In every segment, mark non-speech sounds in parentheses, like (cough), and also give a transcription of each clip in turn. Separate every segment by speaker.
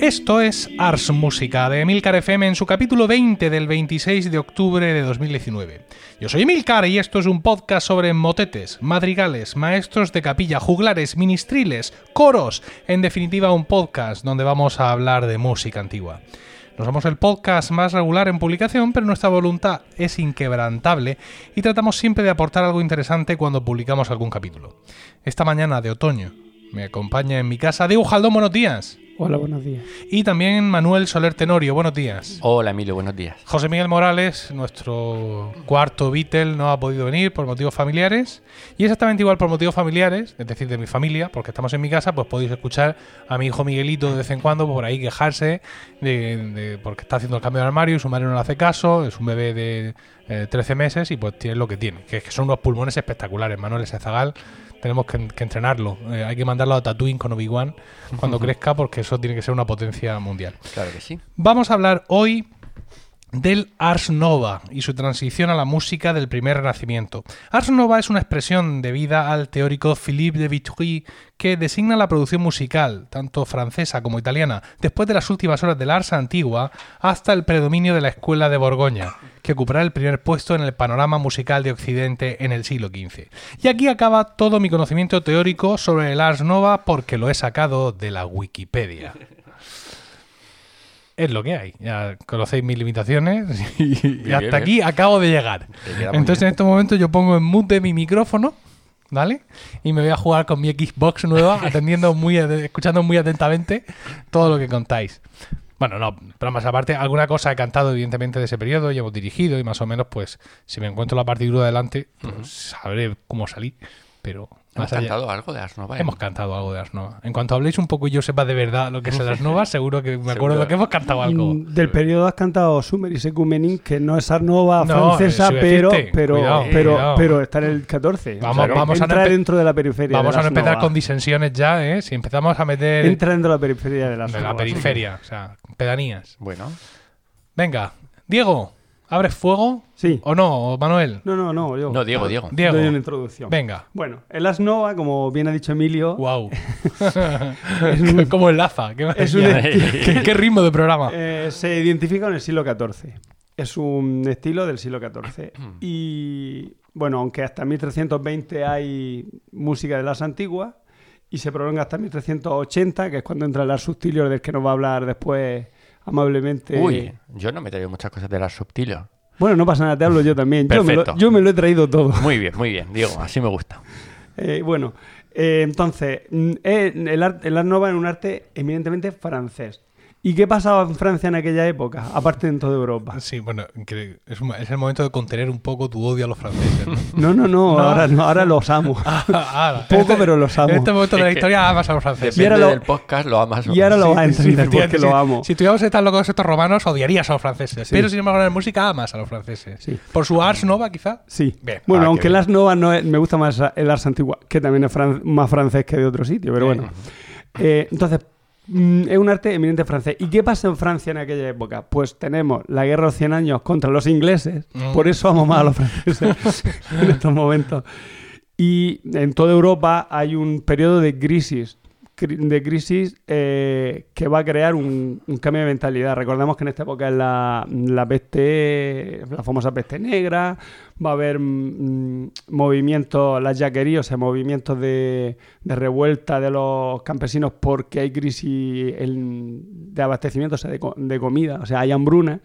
Speaker 1: Esto es Ars Música de Emilcar FM en su capítulo 20 del 26 de octubre de 2019. Yo soy Emilcar y esto es un podcast sobre motetes, madrigales, maestros de capilla, juglares, ministriles, coros, en definitiva un podcast donde vamos a hablar de música antigua. No somos el podcast más regular en publicación, pero nuestra voluntad es inquebrantable y tratamos siempre de aportar algo interesante cuando publicamos algún capítulo. Esta mañana de otoño me acompaña en mi casa Diego Jaldón, buenos días.
Speaker 2: Hola, buenos días.
Speaker 1: Y también Manuel Soler Tenorio, buenos días.
Speaker 3: Hola, Emilio, buenos días.
Speaker 1: José Miguel Morales, nuestro cuarto Beatle, no ha podido venir por motivos familiares. Y exactamente igual por motivos familiares, es decir, de mi familia, porque estamos en mi casa, pues podéis escuchar a mi hijo Miguelito de vez en cuando por ahí quejarse de, de- porque está haciendo el cambio de armario y su madre no le hace caso, es un bebé de eh, 13 meses y pues tiene lo que tiene, que, es que son unos pulmones espectaculares, Manuel ese zagal. Tenemos que, que entrenarlo. eh, hay que mandarlo a Tatooine con Obi-Wan cuando crezca, porque eso tiene que ser una potencia mundial.
Speaker 3: Claro que sí.
Speaker 1: Vamos a hablar hoy del Ars Nova y su transición a la música del primer renacimiento. Ars Nova es una expresión debida al teórico Philippe de Vitry que designa la producción musical, tanto francesa como italiana, después de las últimas horas del Ars antigua hasta el predominio de la escuela de Borgoña, que ocupará el primer puesto en el panorama musical de Occidente en el siglo XV. Y aquí acaba todo mi conocimiento teórico sobre el Ars Nova porque lo he sacado de la Wikipedia. Es lo que hay. Ya conocéis mis limitaciones (laughs) y, y
Speaker 3: bien,
Speaker 1: hasta
Speaker 3: bien.
Speaker 1: aquí acabo de llegar.
Speaker 3: Te queda muy
Speaker 1: Entonces en estos momentos yo pongo en mute mi micrófono, ¿vale? Y me voy a jugar con mi Xbox nueva,
Speaker 3: (laughs)
Speaker 1: atendiendo muy, ade- escuchando muy atentamente todo lo que contáis. Bueno, no, pero más aparte, alguna cosa he cantado evidentemente de ese periodo y hemos dirigido y más o menos, pues, si me encuentro la partitura delante, pues, sabré cómo salí. Pero
Speaker 3: ¿Hemos
Speaker 1: más allá-
Speaker 3: cantado algo de Ars Nova?
Speaker 1: Hemos cantado algo de las novas. En cuanto habléis un poco y yo sepa de verdad lo que
Speaker 3: (laughs)
Speaker 1: es las novas, seguro que me acuerdo
Speaker 3: Seguro.
Speaker 1: de que hemos cantado algo.
Speaker 2: Mm, Del periodo has cantado Summer y Secumenin, que no es Arnova
Speaker 1: No,
Speaker 2: francesa,
Speaker 1: eso iba a
Speaker 2: pero,
Speaker 1: decirte.
Speaker 2: pero,
Speaker 1: Cuidado,
Speaker 2: pero,
Speaker 1: cuidado.
Speaker 2: pero está en el 14.
Speaker 1: Vamos- vamos a no
Speaker 2: entra
Speaker 1: empe-
Speaker 2: dentro de la periferia.
Speaker 1: Vamos
Speaker 2: de
Speaker 1: a no
Speaker 2: las
Speaker 1: empezar
Speaker 2: Nova.
Speaker 1: con disensiones ya, ¿eh? Si empezamos a meter
Speaker 2: Entra dentro de la periferia de la
Speaker 1: de la periferia, o sea, pedanías.
Speaker 3: Bueno,
Speaker 1: Venga, Diego, ¿abres fuego?
Speaker 2: Sí.
Speaker 1: ¿O no, o Manuel?
Speaker 2: No, no, no. Yo
Speaker 3: no, Diego, Diego.
Speaker 1: Diego,
Speaker 2: doy una introducción.
Speaker 1: venga.
Speaker 2: Bueno, el Asnova, como bien ha dicho Emilio, (laughs)
Speaker 1: Wow. Como enlaza. ¿Qué, es
Speaker 2: es un (laughs)
Speaker 1: ¿Qué, qué ritmo de programa.
Speaker 2: Eh, se identifica con el siglo XIV. Es un estilo del siglo
Speaker 3: (clears throat)
Speaker 2: XIV. Y bueno, aunque hasta 1320 hay música de las antiguas y se prolonga hasta 1380, que es cuando entra el Ars Subtilior, del que nos va a hablar después amablemente.
Speaker 1: Eh.
Speaker 3: Uy, yo no me he traído muchas cosas de Ars Subtilio.
Speaker 2: Bueno, no pasa nada, te hablo yo también. Yo me, lo,
Speaker 3: Perfecto.
Speaker 2: yo me lo he traído todo. (laughs)
Speaker 3: Muy bien, muy bien, Diego, así me gusta.
Speaker 2: Eh, bueno, eh, entonces, mm, eh, el, ar- el Art Nova es un arte eminentemente francés. ¿Y qué pasaba en Francia en aquella época? Aparte en toda Europa.
Speaker 1: Sí, bueno, que es, un- es el momento de contener un poco tu odio a los franceses.
Speaker 2: (laughs)
Speaker 1: ¿no?
Speaker 2: No, no, no, ahora no, ahora los amo. (laughs)
Speaker 1: Ah,
Speaker 2: Poco,
Speaker 1: este-
Speaker 2: pero los amo.
Speaker 1: En este momento de la
Speaker 3: Es que-
Speaker 1: historia amas a los franceses.
Speaker 2: Y
Speaker 3: Depende
Speaker 2: ahora lo-
Speaker 3: del podcast, lo amas o
Speaker 2: Y ahora
Speaker 3: no.
Speaker 2: lo vas a entender
Speaker 1: efectivamente,
Speaker 2: porque lo amo.
Speaker 1: Si, si tuviéramos tan locos estos romanos, odiarías a los franceses. Pero sin embargo, en la música amas a los franceses.
Speaker 2: Sí.
Speaker 1: Por su Ars Nova, quizá.
Speaker 2: Sí.
Speaker 1: Bien.
Speaker 2: Bueno,
Speaker 3: Ah,
Speaker 2: aunque
Speaker 3: qué
Speaker 2: el
Speaker 3: bien.
Speaker 2: Ars Nova no es- me gusta más el Ars Antigua, que también es fran- más francés que de otro sitio, pero bueno. Eh, entonces, mm, es un arte eminente francés. ¿Y qué pasa en Francia en aquella época? Pues tenemos la guerra de los 100 años contra los ingleses,
Speaker 1: Mm.
Speaker 2: por eso amo más a los franceses en estos momentos. Y en toda Europa hay un periodo de crisis cri- de crisis eh, que va a crear un, un cambio de mentalidad. Recordemos que en esta época es la, la peste, la famosa peste negra, va a haber mm, movimientos, las yaquerías, o sea, movimientos de, de revuelta de los campesinos porque hay crisis en- de abastecimiento, o sea, de, co- de comida, o sea, hay hambruna.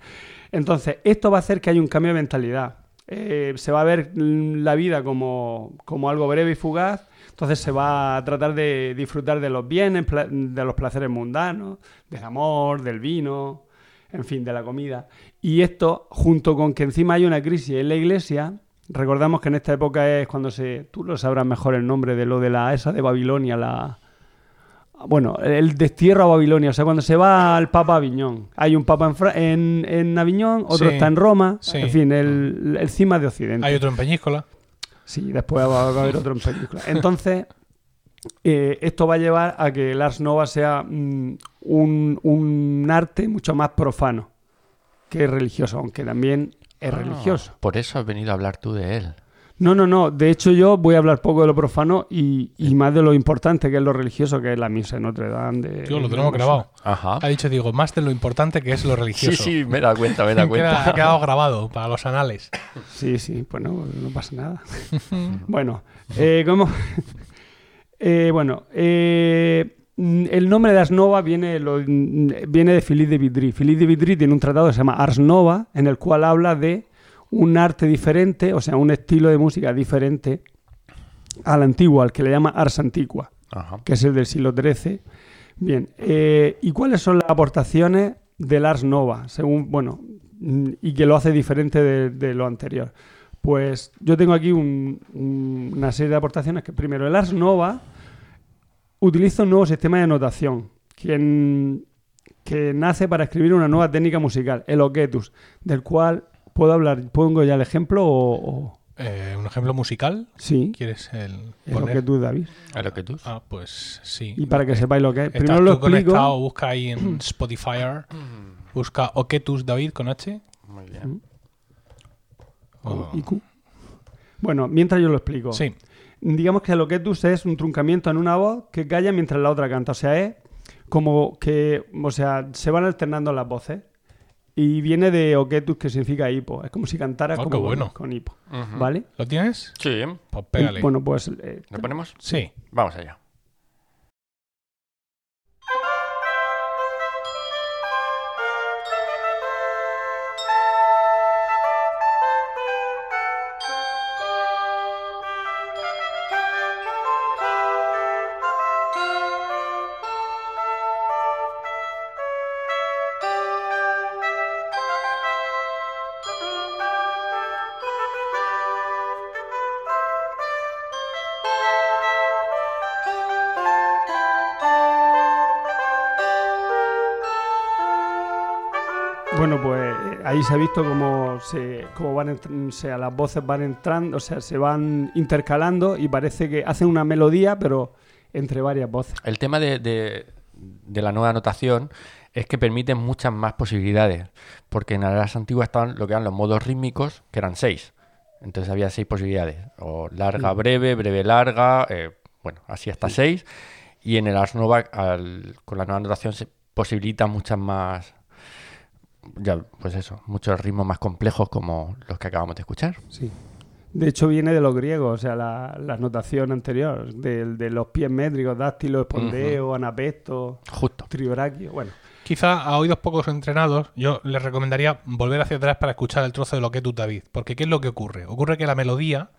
Speaker 2: Entonces, esto va a hacer que haya un cambio de mentalidad. Eh, se va a ver mm, la vida como, como algo breve y fugaz, entonces se va a tratar de disfrutar de los bienes, pla- de los placeres mundanos, del amor, del vino, en fin, de la comida. Y esto, junto con que encima hay una crisis en la iglesia, Recordamos que en esta época es cuando se. Tú lo sabrás mejor el nombre de lo de la esa de Babilonia, la. Bueno, el destierro a Babilonia, o sea, cuando se va al Papa Aviñón. Hay un Papa en, Fra- en, en Aviñón, otro
Speaker 1: Sí.
Speaker 2: está en Roma,
Speaker 1: Sí.
Speaker 2: en fin, el, el cima de Occidente.
Speaker 1: Hay otro en Peñíscola.
Speaker 2: Sí, después va va a haber otro en película. Entonces, eh, esto va a llevar a que el Ars Nova sea mm, un, un arte mucho más profano que religioso, aunque también es
Speaker 3: Ah,
Speaker 2: religioso.
Speaker 3: Por eso has venido a hablar tú de él.
Speaker 2: No, no, no. De hecho, yo voy a hablar poco de lo profano y,
Speaker 1: Eh.
Speaker 2: y más de lo importante que es lo religioso, que es la misa en Notre Dame. de-
Speaker 1: Tío, lo tenemos grabado.
Speaker 3: Ajá.
Speaker 2: Ah.
Speaker 1: Ha dicho Diego, más de lo importante que es lo
Speaker 3: Sí,
Speaker 1: religioso.
Speaker 3: sí, me da cuenta, me da
Speaker 1: (laughs) Queda-
Speaker 3: cuenta.
Speaker 1: ha quedado grabado para los anales.
Speaker 2: Sí, sí, pues no, no pasa nada. bueno, eh, como- (laughs) Eh, bueno, eh, mm, el nombre de Ars Nova viene, lo- mm, viene de Philippe de Vitry. Philippe de Vitry tiene un tratado que se llama Ars Nova, en el cual habla de un arte diferente, o sea, un estilo de música diferente al antiguo, al que le llama Ars Antigua
Speaker 3: Ajá.
Speaker 2: que es el del siglo XIII. Bien, eh, ¿y cuáles son las aportaciones del Ars Nova, según, bueno, mm, y que lo hace diferente de, de lo anterior? Pues yo tengo aquí un- un- una serie de aportaciones que primero el Ars Nova utiliza un nuevo sistema de notación que, en- que nace para escribir una nueva técnica musical, el Oquetus, del cual puedo hablar, pongo ya el ejemplo o... o-
Speaker 1: Eh, ¿Un ejemplo musical?
Speaker 2: sí,
Speaker 1: ¿Quieres el
Speaker 2: el
Speaker 1: poner?
Speaker 2: Oquetus, David.
Speaker 3: A lo que tú.
Speaker 1: Ah, pues sí.
Speaker 2: Y para que sepáis lo que es.
Speaker 1: Estás
Speaker 2: Primero lo
Speaker 1: tú
Speaker 2: explico.
Speaker 1: conectado, busca ahí
Speaker 2: (clears throat)
Speaker 1: en Spotify, busca Oketus David con H.
Speaker 3: Mm, Muy bien.
Speaker 1: o-
Speaker 2: Oh, y Q. Bueno, mientras yo lo explico.
Speaker 1: Sí,
Speaker 2: Digamos que el oquetus es un truncamiento en una voz que calla mientras la otra canta. O sea, es como que, o sea, se van alternando las voces. Y viene de oquetus, que significa hipo. Es como si cantara
Speaker 1: Oh,
Speaker 2: como
Speaker 1: qué
Speaker 2: con-
Speaker 1: bueno.
Speaker 2: con hipo.
Speaker 3: Ujú.
Speaker 2: ¿Vale?
Speaker 1: ¿lo tienes?
Speaker 3: Sí.
Speaker 1: Pues
Speaker 2: Y,
Speaker 1: pégale.
Speaker 2: bueno, pues eh,
Speaker 3: ¿Lo ponemos?
Speaker 1: Sí.
Speaker 3: Vamos allá.
Speaker 2: Bueno, pues eh, ahí se ha visto cómo, se, cómo van, entr- o sea, las voces van entrando, o sea, se van intercalando y parece que hacen una melodía, pero entre varias voces.
Speaker 3: El tema de, de- de la nueva notación es que permite muchas más posibilidades, porque en las antiguas estaban lo que eran los modos rítmicos, que eran seis. Entonces había seis posibilidades, o larga, breve, breve, larga, eh, bueno, así hasta seis. Y en el Ars Nova, al- con la nueva notación, se posibilita muchas más, ya, pues eso, muchos ritmos más complejos como los que acabamos de escuchar.
Speaker 2: Sí. De hecho, viene de los griegos, o sea, la, la notación anterior, del- de, los pies métricos, dáctilo, espondeo, anapesto,
Speaker 3: Justo.
Speaker 2: trioraquio. Bueno,
Speaker 1: Quizá a oídos pocos entrenados, yo les recomendaría volver hacia atrás para escuchar el trozo de lo que tú, David. Porque ¿qué es lo que ocurre? Ocurre que la melodía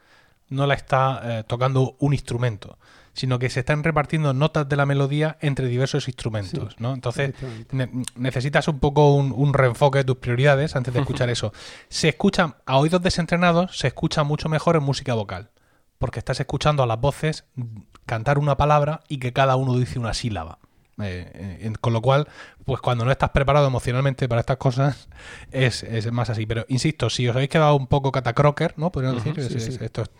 Speaker 1: no la está eh, tocando un instrumento, sino que se están repartiendo notas de la melodía entre diversos instrumentos, ¿no? Entonces
Speaker 2: efectivamente.
Speaker 1: ne- necesitas un poco un, un reenfoque de tus prioridades antes de escuchar eso. Se escucha, a oídos desentrenados, se escucha mucho mejor en música vocal, porque estás escuchando a las voces cantar una palabra y que cada uno dice una sílaba. Eh, eh, en- con lo cual, pues cuando no estás preparado emocionalmente para estas cosas, (laughs) es, es más así. Pero insisto, si os habéis quedado un poco catacroker, ¿no? Podríamos decir,
Speaker 2: sí,
Speaker 1: es- es-
Speaker 2: sí.
Speaker 1: esto es-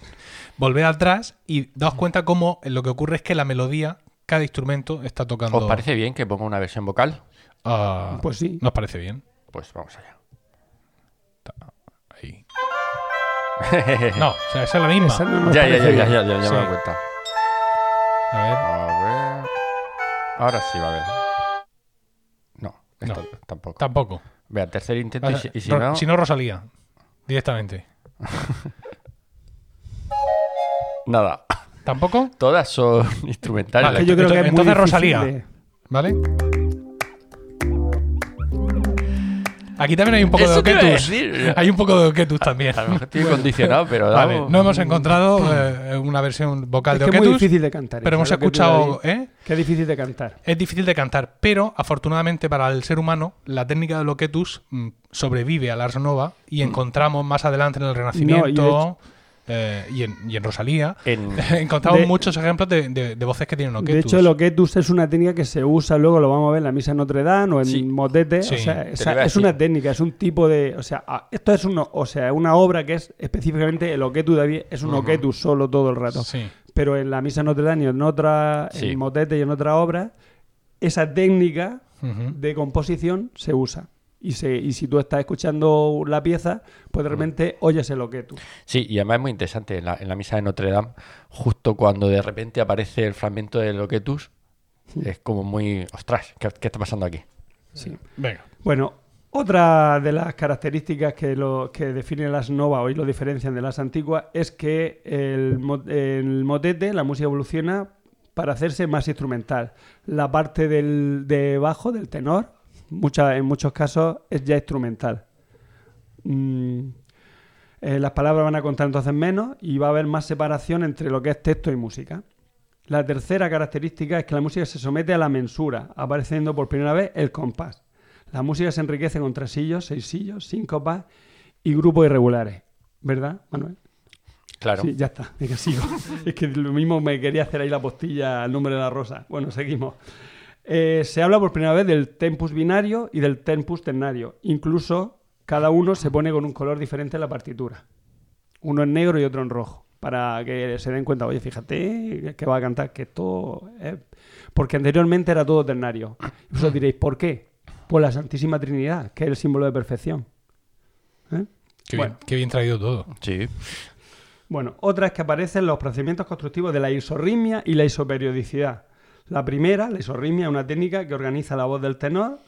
Speaker 1: volver atrás y daos cuenta cómo lo que ocurre es que la melodía, cada instrumento está tocando.
Speaker 3: ¿Os parece bien que ponga una versión vocal?
Speaker 1: Ah,
Speaker 2: Pues sí.
Speaker 1: Nos parece bien.
Speaker 3: Pues vamos allá.
Speaker 1: Ahí. (laughs) No, o sea, esa es la misma.
Speaker 2: Esa no nos
Speaker 3: ya, ya,
Speaker 2: parece
Speaker 3: ya, ya,
Speaker 2: bien.
Speaker 3: ya, ya, ya me
Speaker 1: Sí.
Speaker 3: doy cuenta.
Speaker 1: A ver.
Speaker 3: A ver. Ahora sí va a ver. No, esto tampoco.
Speaker 1: Tampoco.
Speaker 3: Vea, tercer intento y,
Speaker 1: Vas a-
Speaker 3: si- y si
Speaker 1: Ro-
Speaker 3: no.
Speaker 1: Si Ah, no, Rosalía. Directamente.
Speaker 3: Nada.
Speaker 1: ¿Tampoco?
Speaker 3: Todas son (laughs) instrumentales.
Speaker 1: Vale,
Speaker 2: Que yo creo que es muy
Speaker 1: Entonces,
Speaker 2: difícil
Speaker 1: Rosalía.
Speaker 2: de-
Speaker 1: ¿Vale? Aquí también hay un poco de
Speaker 3: Eso te iba a
Speaker 1: oquetus.
Speaker 3: decir.
Speaker 1: Hay un poco de oquetus también.
Speaker 3: A lo mejor estoy condicionado, pero
Speaker 1: Vale,
Speaker 3: vamos.
Speaker 1: no hemos encontrado eh, una versión vocal de
Speaker 2: Es que es muy
Speaker 1: oquetus,
Speaker 2: difícil de cantar.
Speaker 1: pero
Speaker 2: eso
Speaker 1: hemos
Speaker 2: es lo que tú, David,
Speaker 1: escuchado... ¿eh?
Speaker 2: Que es difícil de cantar.
Speaker 1: Es difícil de cantar, pero afortunadamente para el ser humano, la técnica de Loquetus mm, sobrevive al Ars Nova y encontramos más adelante en el
Speaker 2: Mm. No, y de
Speaker 1: Renacimiento eh, y, en, y en Rosalía, (laughs)
Speaker 3: En-
Speaker 1: encontramos
Speaker 2: De-
Speaker 1: muchos ejemplos de, de- de voces que tienen oquetus.
Speaker 2: De hecho, el oquetus es una técnica que se usa, luego lo vamos a ver en la misa en Notre Dame o en
Speaker 3: Sí.
Speaker 2: Motete.
Speaker 1: Sí,
Speaker 2: o sea,
Speaker 3: te
Speaker 2: esa-
Speaker 3: lo iba a
Speaker 2: es una
Speaker 3: decir.
Speaker 2: técnica, es un tipo de. O sea, a- esto es uno, o sea, una obra que es específicamente el oquetus de David, es un oquetus solo todo el rato.
Speaker 1: Sí.
Speaker 2: Pero en la misa en Notre Dame y en otra,
Speaker 3: Sí.
Speaker 2: en Motete y en otra obra, esa técnica
Speaker 1: Ujú.
Speaker 2: de composición se usa. Y, se, y si tú estás escuchando la pieza, pues de repente oyes el oquetus.
Speaker 3: Sí, y además es muy interesante. En la, en la misa de Notre Dame, justo cuando de repente aparece el fragmento del Loquetus, es como muy. Ostras, ¿qué, qué está pasando aquí?
Speaker 2: Sí.
Speaker 1: Venga.
Speaker 2: Bueno, otra de las características que, lo, que definen las novas hoy lo diferencian de las antiguas es que el, mo- el motete, la música evoluciona para hacerse más instrumental. La parte del, de bajo, del tenor, mucha- en muchos casos es ya instrumental. Mm, eh, las palabras van a contar entonces menos y va a haber más separación entre lo que es texto y música. La tercera característica es que la música se somete a la mensura, apareciendo por primera vez el compás. La música se enriquece con tresillos, seisillos, síncopas y grupos irregulares. ¿Verdad, Manuel?
Speaker 3: Claro.
Speaker 2: Sí, ya está, es que sigo. es que lo mismo me quería hacer ahí la postilla al nombre de la rosa. Bueno, seguimos. Eh, se habla por primera vez del tempus binario y del tempus ternario. Incluso cada uno se pone con un color diferente en la partitura. Uno en negro y otro en rojo. Para que se den cuenta, oye, fíjate que va a cantar que todo. es- Porque anteriormente era todo ternario. Y vosotros diréis, ¿por qué? Pues la Santísima Trinidad, que es el símbolo de perfección. ¿Eh?
Speaker 1: Qué,
Speaker 2: Bueno.
Speaker 1: bien, qué bien traído todo.
Speaker 3: Sí.
Speaker 2: Bueno, otra es que aparecen los procedimientos constructivos de la isorritmia y la isoperiodicidad. La primera, la isorritmia, es una técnica que organiza la voz del tenor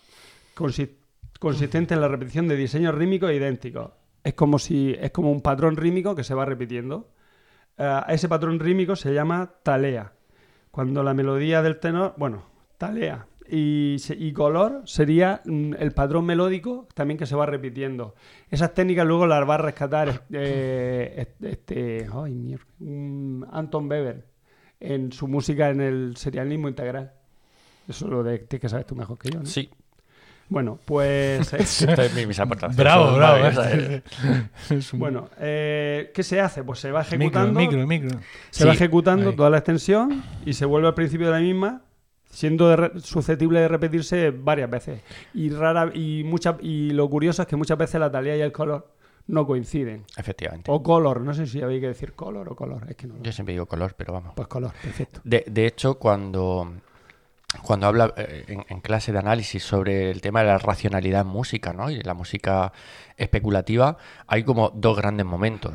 Speaker 2: consi- consistente en la repetición de diseños rítmicos idénticos. Es como, si, es como un patrón rítmico que se va repitiendo. Eh, A ese patrón rítmico se llama talea. Cuando la melodía del tenor, bueno, talea. Y, se- y color sería mm, el patrón melódico también que se va repitiendo. Esas técnicas luego las va a rescatar eh, es- este, ay, mier- mm, Anton Weber en su música en el serialismo integral. Eso lo de, tienes que sabes tú mejor que yo, ¿no?
Speaker 3: Sí.
Speaker 2: Bueno, pues...
Speaker 3: (laughs)
Speaker 2: eh,
Speaker 1: (laughs)
Speaker 3: Esta es mi misa por tanto.
Speaker 1: Bravo,
Speaker 3: Eso,
Speaker 1: bravo.
Speaker 3: vale, esa es-
Speaker 1: ¿eh? (laughs) Es un
Speaker 2: Bueno, eh, ¿qué se hace? Pues se va
Speaker 1: micro,
Speaker 2: ejecutando,
Speaker 1: micro, micro.
Speaker 2: se va
Speaker 3: Sí,
Speaker 2: ejecutando
Speaker 1: ahí.
Speaker 2: toda la extensión y se vuelve al principio de la misma, siendo de re- susceptible de repetirse varias veces. Y rara y mucha, y lo curioso es que muchas veces la talía y el color no coinciden.
Speaker 3: Efectivamente.
Speaker 2: O color, no sé si había que decir color o color, es que no lo
Speaker 3: Yo siempre digo color, pero vamos.
Speaker 2: Pues color, perfecto.
Speaker 3: De, de hecho, cuando, cuando habla eh, en, en clase de análisis sobre el tema de la racionalidad en música, ¿no? Y la música especulativa, hay como dos grandes momentos.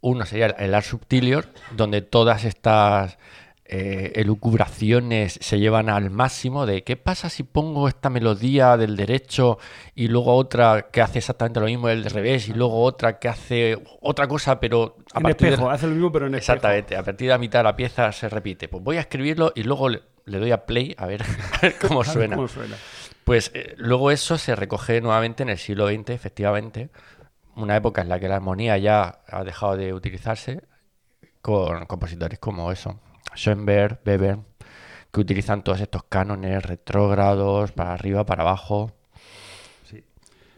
Speaker 3: Uno sería el, el ars subtilior, donde todas estas eh, elucubraciones se llevan al máximo de qué pasa si pongo esta melodía del derecho y luego otra que hace exactamente lo mismo del revés y luego otra que hace otra cosa pero a
Speaker 2: En
Speaker 3: partir de-
Speaker 2: espejo, hace lo mismo pero en espejo.
Speaker 3: Exactamente, a partir de la mitad de la pieza se repite. Pues voy a escribirlo y luego le, le doy a play a ver, (laughs) a ver cómo
Speaker 2: A ver
Speaker 3: suena.
Speaker 2: cómo suena.
Speaker 3: Pues eh, luego eso se recoge nuevamente en el siglo XX, efectivamente, una época en la que la armonía ya ha dejado de utilizarse con compositores como eso, Schoenberg, Weber, que utilizan todos estos cánones retrógrados, para arriba, para abajo.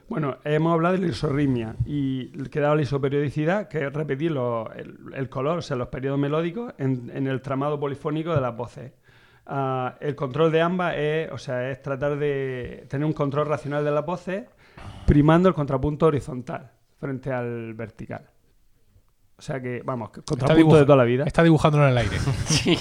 Speaker 2: Bueno, hemos hablado de la isorritmia y quedaba la isoperiodicidad, que es repetir lo- el, el color, o sea, los periodos melódicos en, en el tramado polifónico de las voces. Ah, el control de ambas es, o sea, es tratar de tener un control racional de las voces, primando el contrapunto horizontal frente al vertical. O sea que, vamos, que contrapunto
Speaker 1: dibuja-
Speaker 2: de toda la vida.
Speaker 1: Está dibujándolo en el aire.
Speaker 3: (laughs) Sí,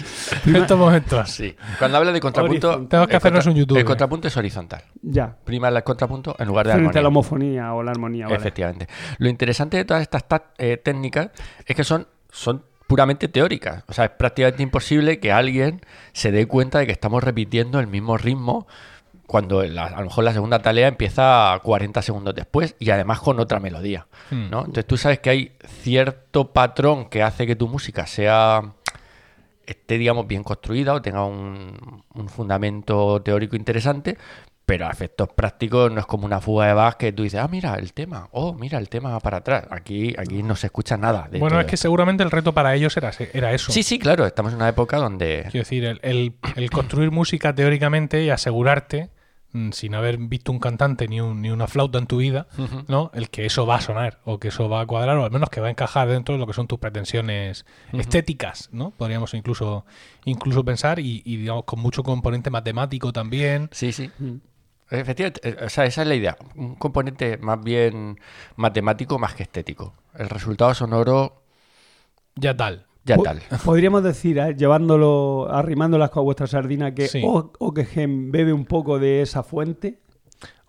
Speaker 1: en (laughs) estos momentos.
Speaker 3: sí. Cuando habla de contrapunto,
Speaker 2: Horizontal.
Speaker 1: Tenemos que
Speaker 3: el
Speaker 1: hacernos
Speaker 3: contra-
Speaker 1: un YouTube.
Speaker 3: El contrapunto es horizontal.
Speaker 2: Ya.
Speaker 3: Prima el contrapunto en lugar de
Speaker 2: Frente a la
Speaker 3: armonía.
Speaker 2: homofonía o la armonía. vale.
Speaker 3: Efectivamente. Lo interesante de todas estas ta- eh, técnicas es que son, son puramente teóricas. O sea, es prácticamente imposible que alguien se dé cuenta de que estamos repitiendo el mismo ritmo cuando la- a lo mejor la segunda tarea empieza 40 segundos después y además con otra melodía.
Speaker 1: Hmm.
Speaker 3: ¿no? Entonces tú sabes que hay cierto patrón que hace que tu música sea esté, digamos, bien construida o tenga un, un fundamento teórico interesante, pero a efectos prácticos no es como una fuga de Bach que tú dices, ah, mira, el tema, oh, mira, el tema va para atrás. Aquí, aquí no se escucha nada. de
Speaker 1: Bueno,
Speaker 3: todo
Speaker 1: es que
Speaker 3: esto.
Speaker 1: seguramente el reto para ellos era, ese- era eso.
Speaker 3: Sí, sí, claro, estamos en una época donde...
Speaker 1: Quiero decir, el, el- el construir música teóricamente y asegurarte mm, sin haber visto un cantante ni, un- ni una flauta en tu vida,
Speaker 3: Ujú.
Speaker 1: ¿no? El que eso va a sonar o que eso va a cuadrar o al menos que va a encajar dentro de lo que son tus pretensiones estéticas, ¿no? Podríamos incluso, incluso pensar y, y, digamos con mucho componente matemático también.
Speaker 3: Sí, sí.
Speaker 2: Mm.
Speaker 3: Efectivamente, eh, o sea, esa es la idea. Un componente más bien matemático más que estético. El resultado sonoro
Speaker 1: Ya tal.
Speaker 3: ya
Speaker 2: Po-
Speaker 3: tal.
Speaker 2: Podríamos decir, eh, llevándolo, arrimándolas con vuestra sardina, que
Speaker 1: Sí.
Speaker 2: o, o que gen bebe un poco de esa fuente.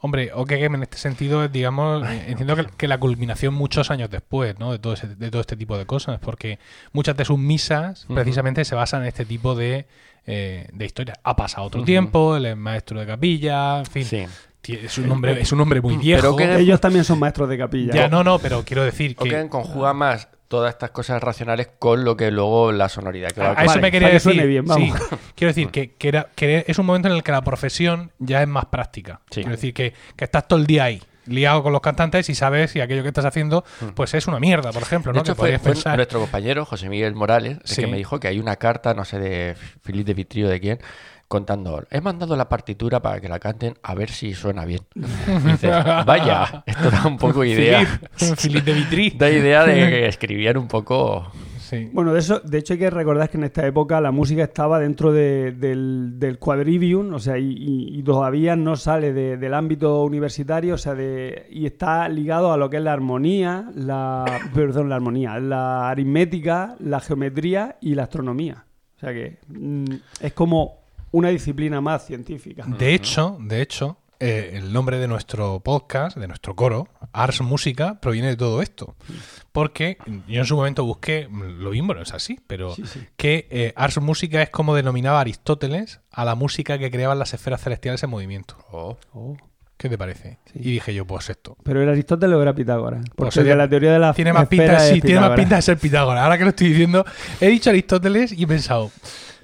Speaker 1: Hombre, o que en este sentido, es, digamos, eh, entiendo que, que la culminación muchos años después, ¿no? De todo, ese- de todo este tipo de cosas, porque muchas de sus misas
Speaker 3: Ujú.
Speaker 1: precisamente se basan en este tipo de, eh, de historias. Ha pasado otro
Speaker 3: Ujú.
Speaker 1: tiempo, él es maestro de capilla, en fin,
Speaker 3: Sí. Eh,
Speaker 1: ti- es, un hombre, es un hombre muy viejo.
Speaker 3: Pero que-
Speaker 2: Ellos también son maestros de capilla.
Speaker 1: Ya no, no, pero quiero decir
Speaker 3: O
Speaker 1: que...
Speaker 3: que conjuga más todas estas cosas racionales con lo que luego la sonoridad. que
Speaker 1: A,
Speaker 3: va a-
Speaker 1: a Ah, eso
Speaker 2: Vale,
Speaker 1: me quería
Speaker 2: para que
Speaker 1: decir.
Speaker 2: suene bien,
Speaker 1: sí.
Speaker 2: vamos.
Speaker 1: quiero decir que, que era- que es un momento en el que la profesión ya es más práctica.
Speaker 3: Sí.
Speaker 1: Quiero decir que, que estás todo el día ahí, liado con los cantantes y sabes si aquello que estás haciendo pues es una mierda, por ejemplo,
Speaker 3: Mm. De
Speaker 1: ¿no?
Speaker 3: hecho,
Speaker 1: que
Speaker 3: fue,
Speaker 1: podrías
Speaker 3: fue
Speaker 1: pensar.
Speaker 3: nuestro compañero José Miguel Morales el
Speaker 1: Sí.
Speaker 3: que me dijo que hay una carta, no sé de Filipe de Vitrio de quién, contando: He mandado la partitura para que la canten a ver si
Speaker 1: (laughs)
Speaker 3: suena bien. Y dices, Vaya, esto da un poco idea.
Speaker 1: Philip, Philip de Vitry.
Speaker 3: Da idea
Speaker 1: (laughs)
Speaker 3: de que escribían un poco.
Speaker 1: Sí.
Speaker 2: Bueno, de eso, de hecho hay que recordar que en esta época la música estaba dentro de- del, del quadrivium, o sea, y, y- y todavía no sale de- del ámbito universitario, o sea, de, y está ligado a lo que es la armonía, la, perdón, la armonía, la aritmética, la geometría y la astronomía. O sea que mm, es como una disciplina más científica.
Speaker 1: De hecho, de hecho, eh, el nombre de nuestro podcast, de nuestro coro, Ars Música, proviene de todo esto. Porque yo en su momento busqué, lo mismo no es así, pero que eh, Ars Música es como denominaba Aristóteles a la música que creaban las esferas celestiales en movimiento.
Speaker 3: Oh,
Speaker 2: Oh.
Speaker 1: ¿Qué te parece? Y dije yo, pues esto.
Speaker 2: Pero era Aristóteles o era Pitágoras. Porque
Speaker 1: Pues sería-
Speaker 2: la teoría de la
Speaker 1: Tiene más pinta, sí, tiene más pinta de ser Pitágoras. Ahora que lo estoy diciendo, he dicho Aristóteles y he pensado,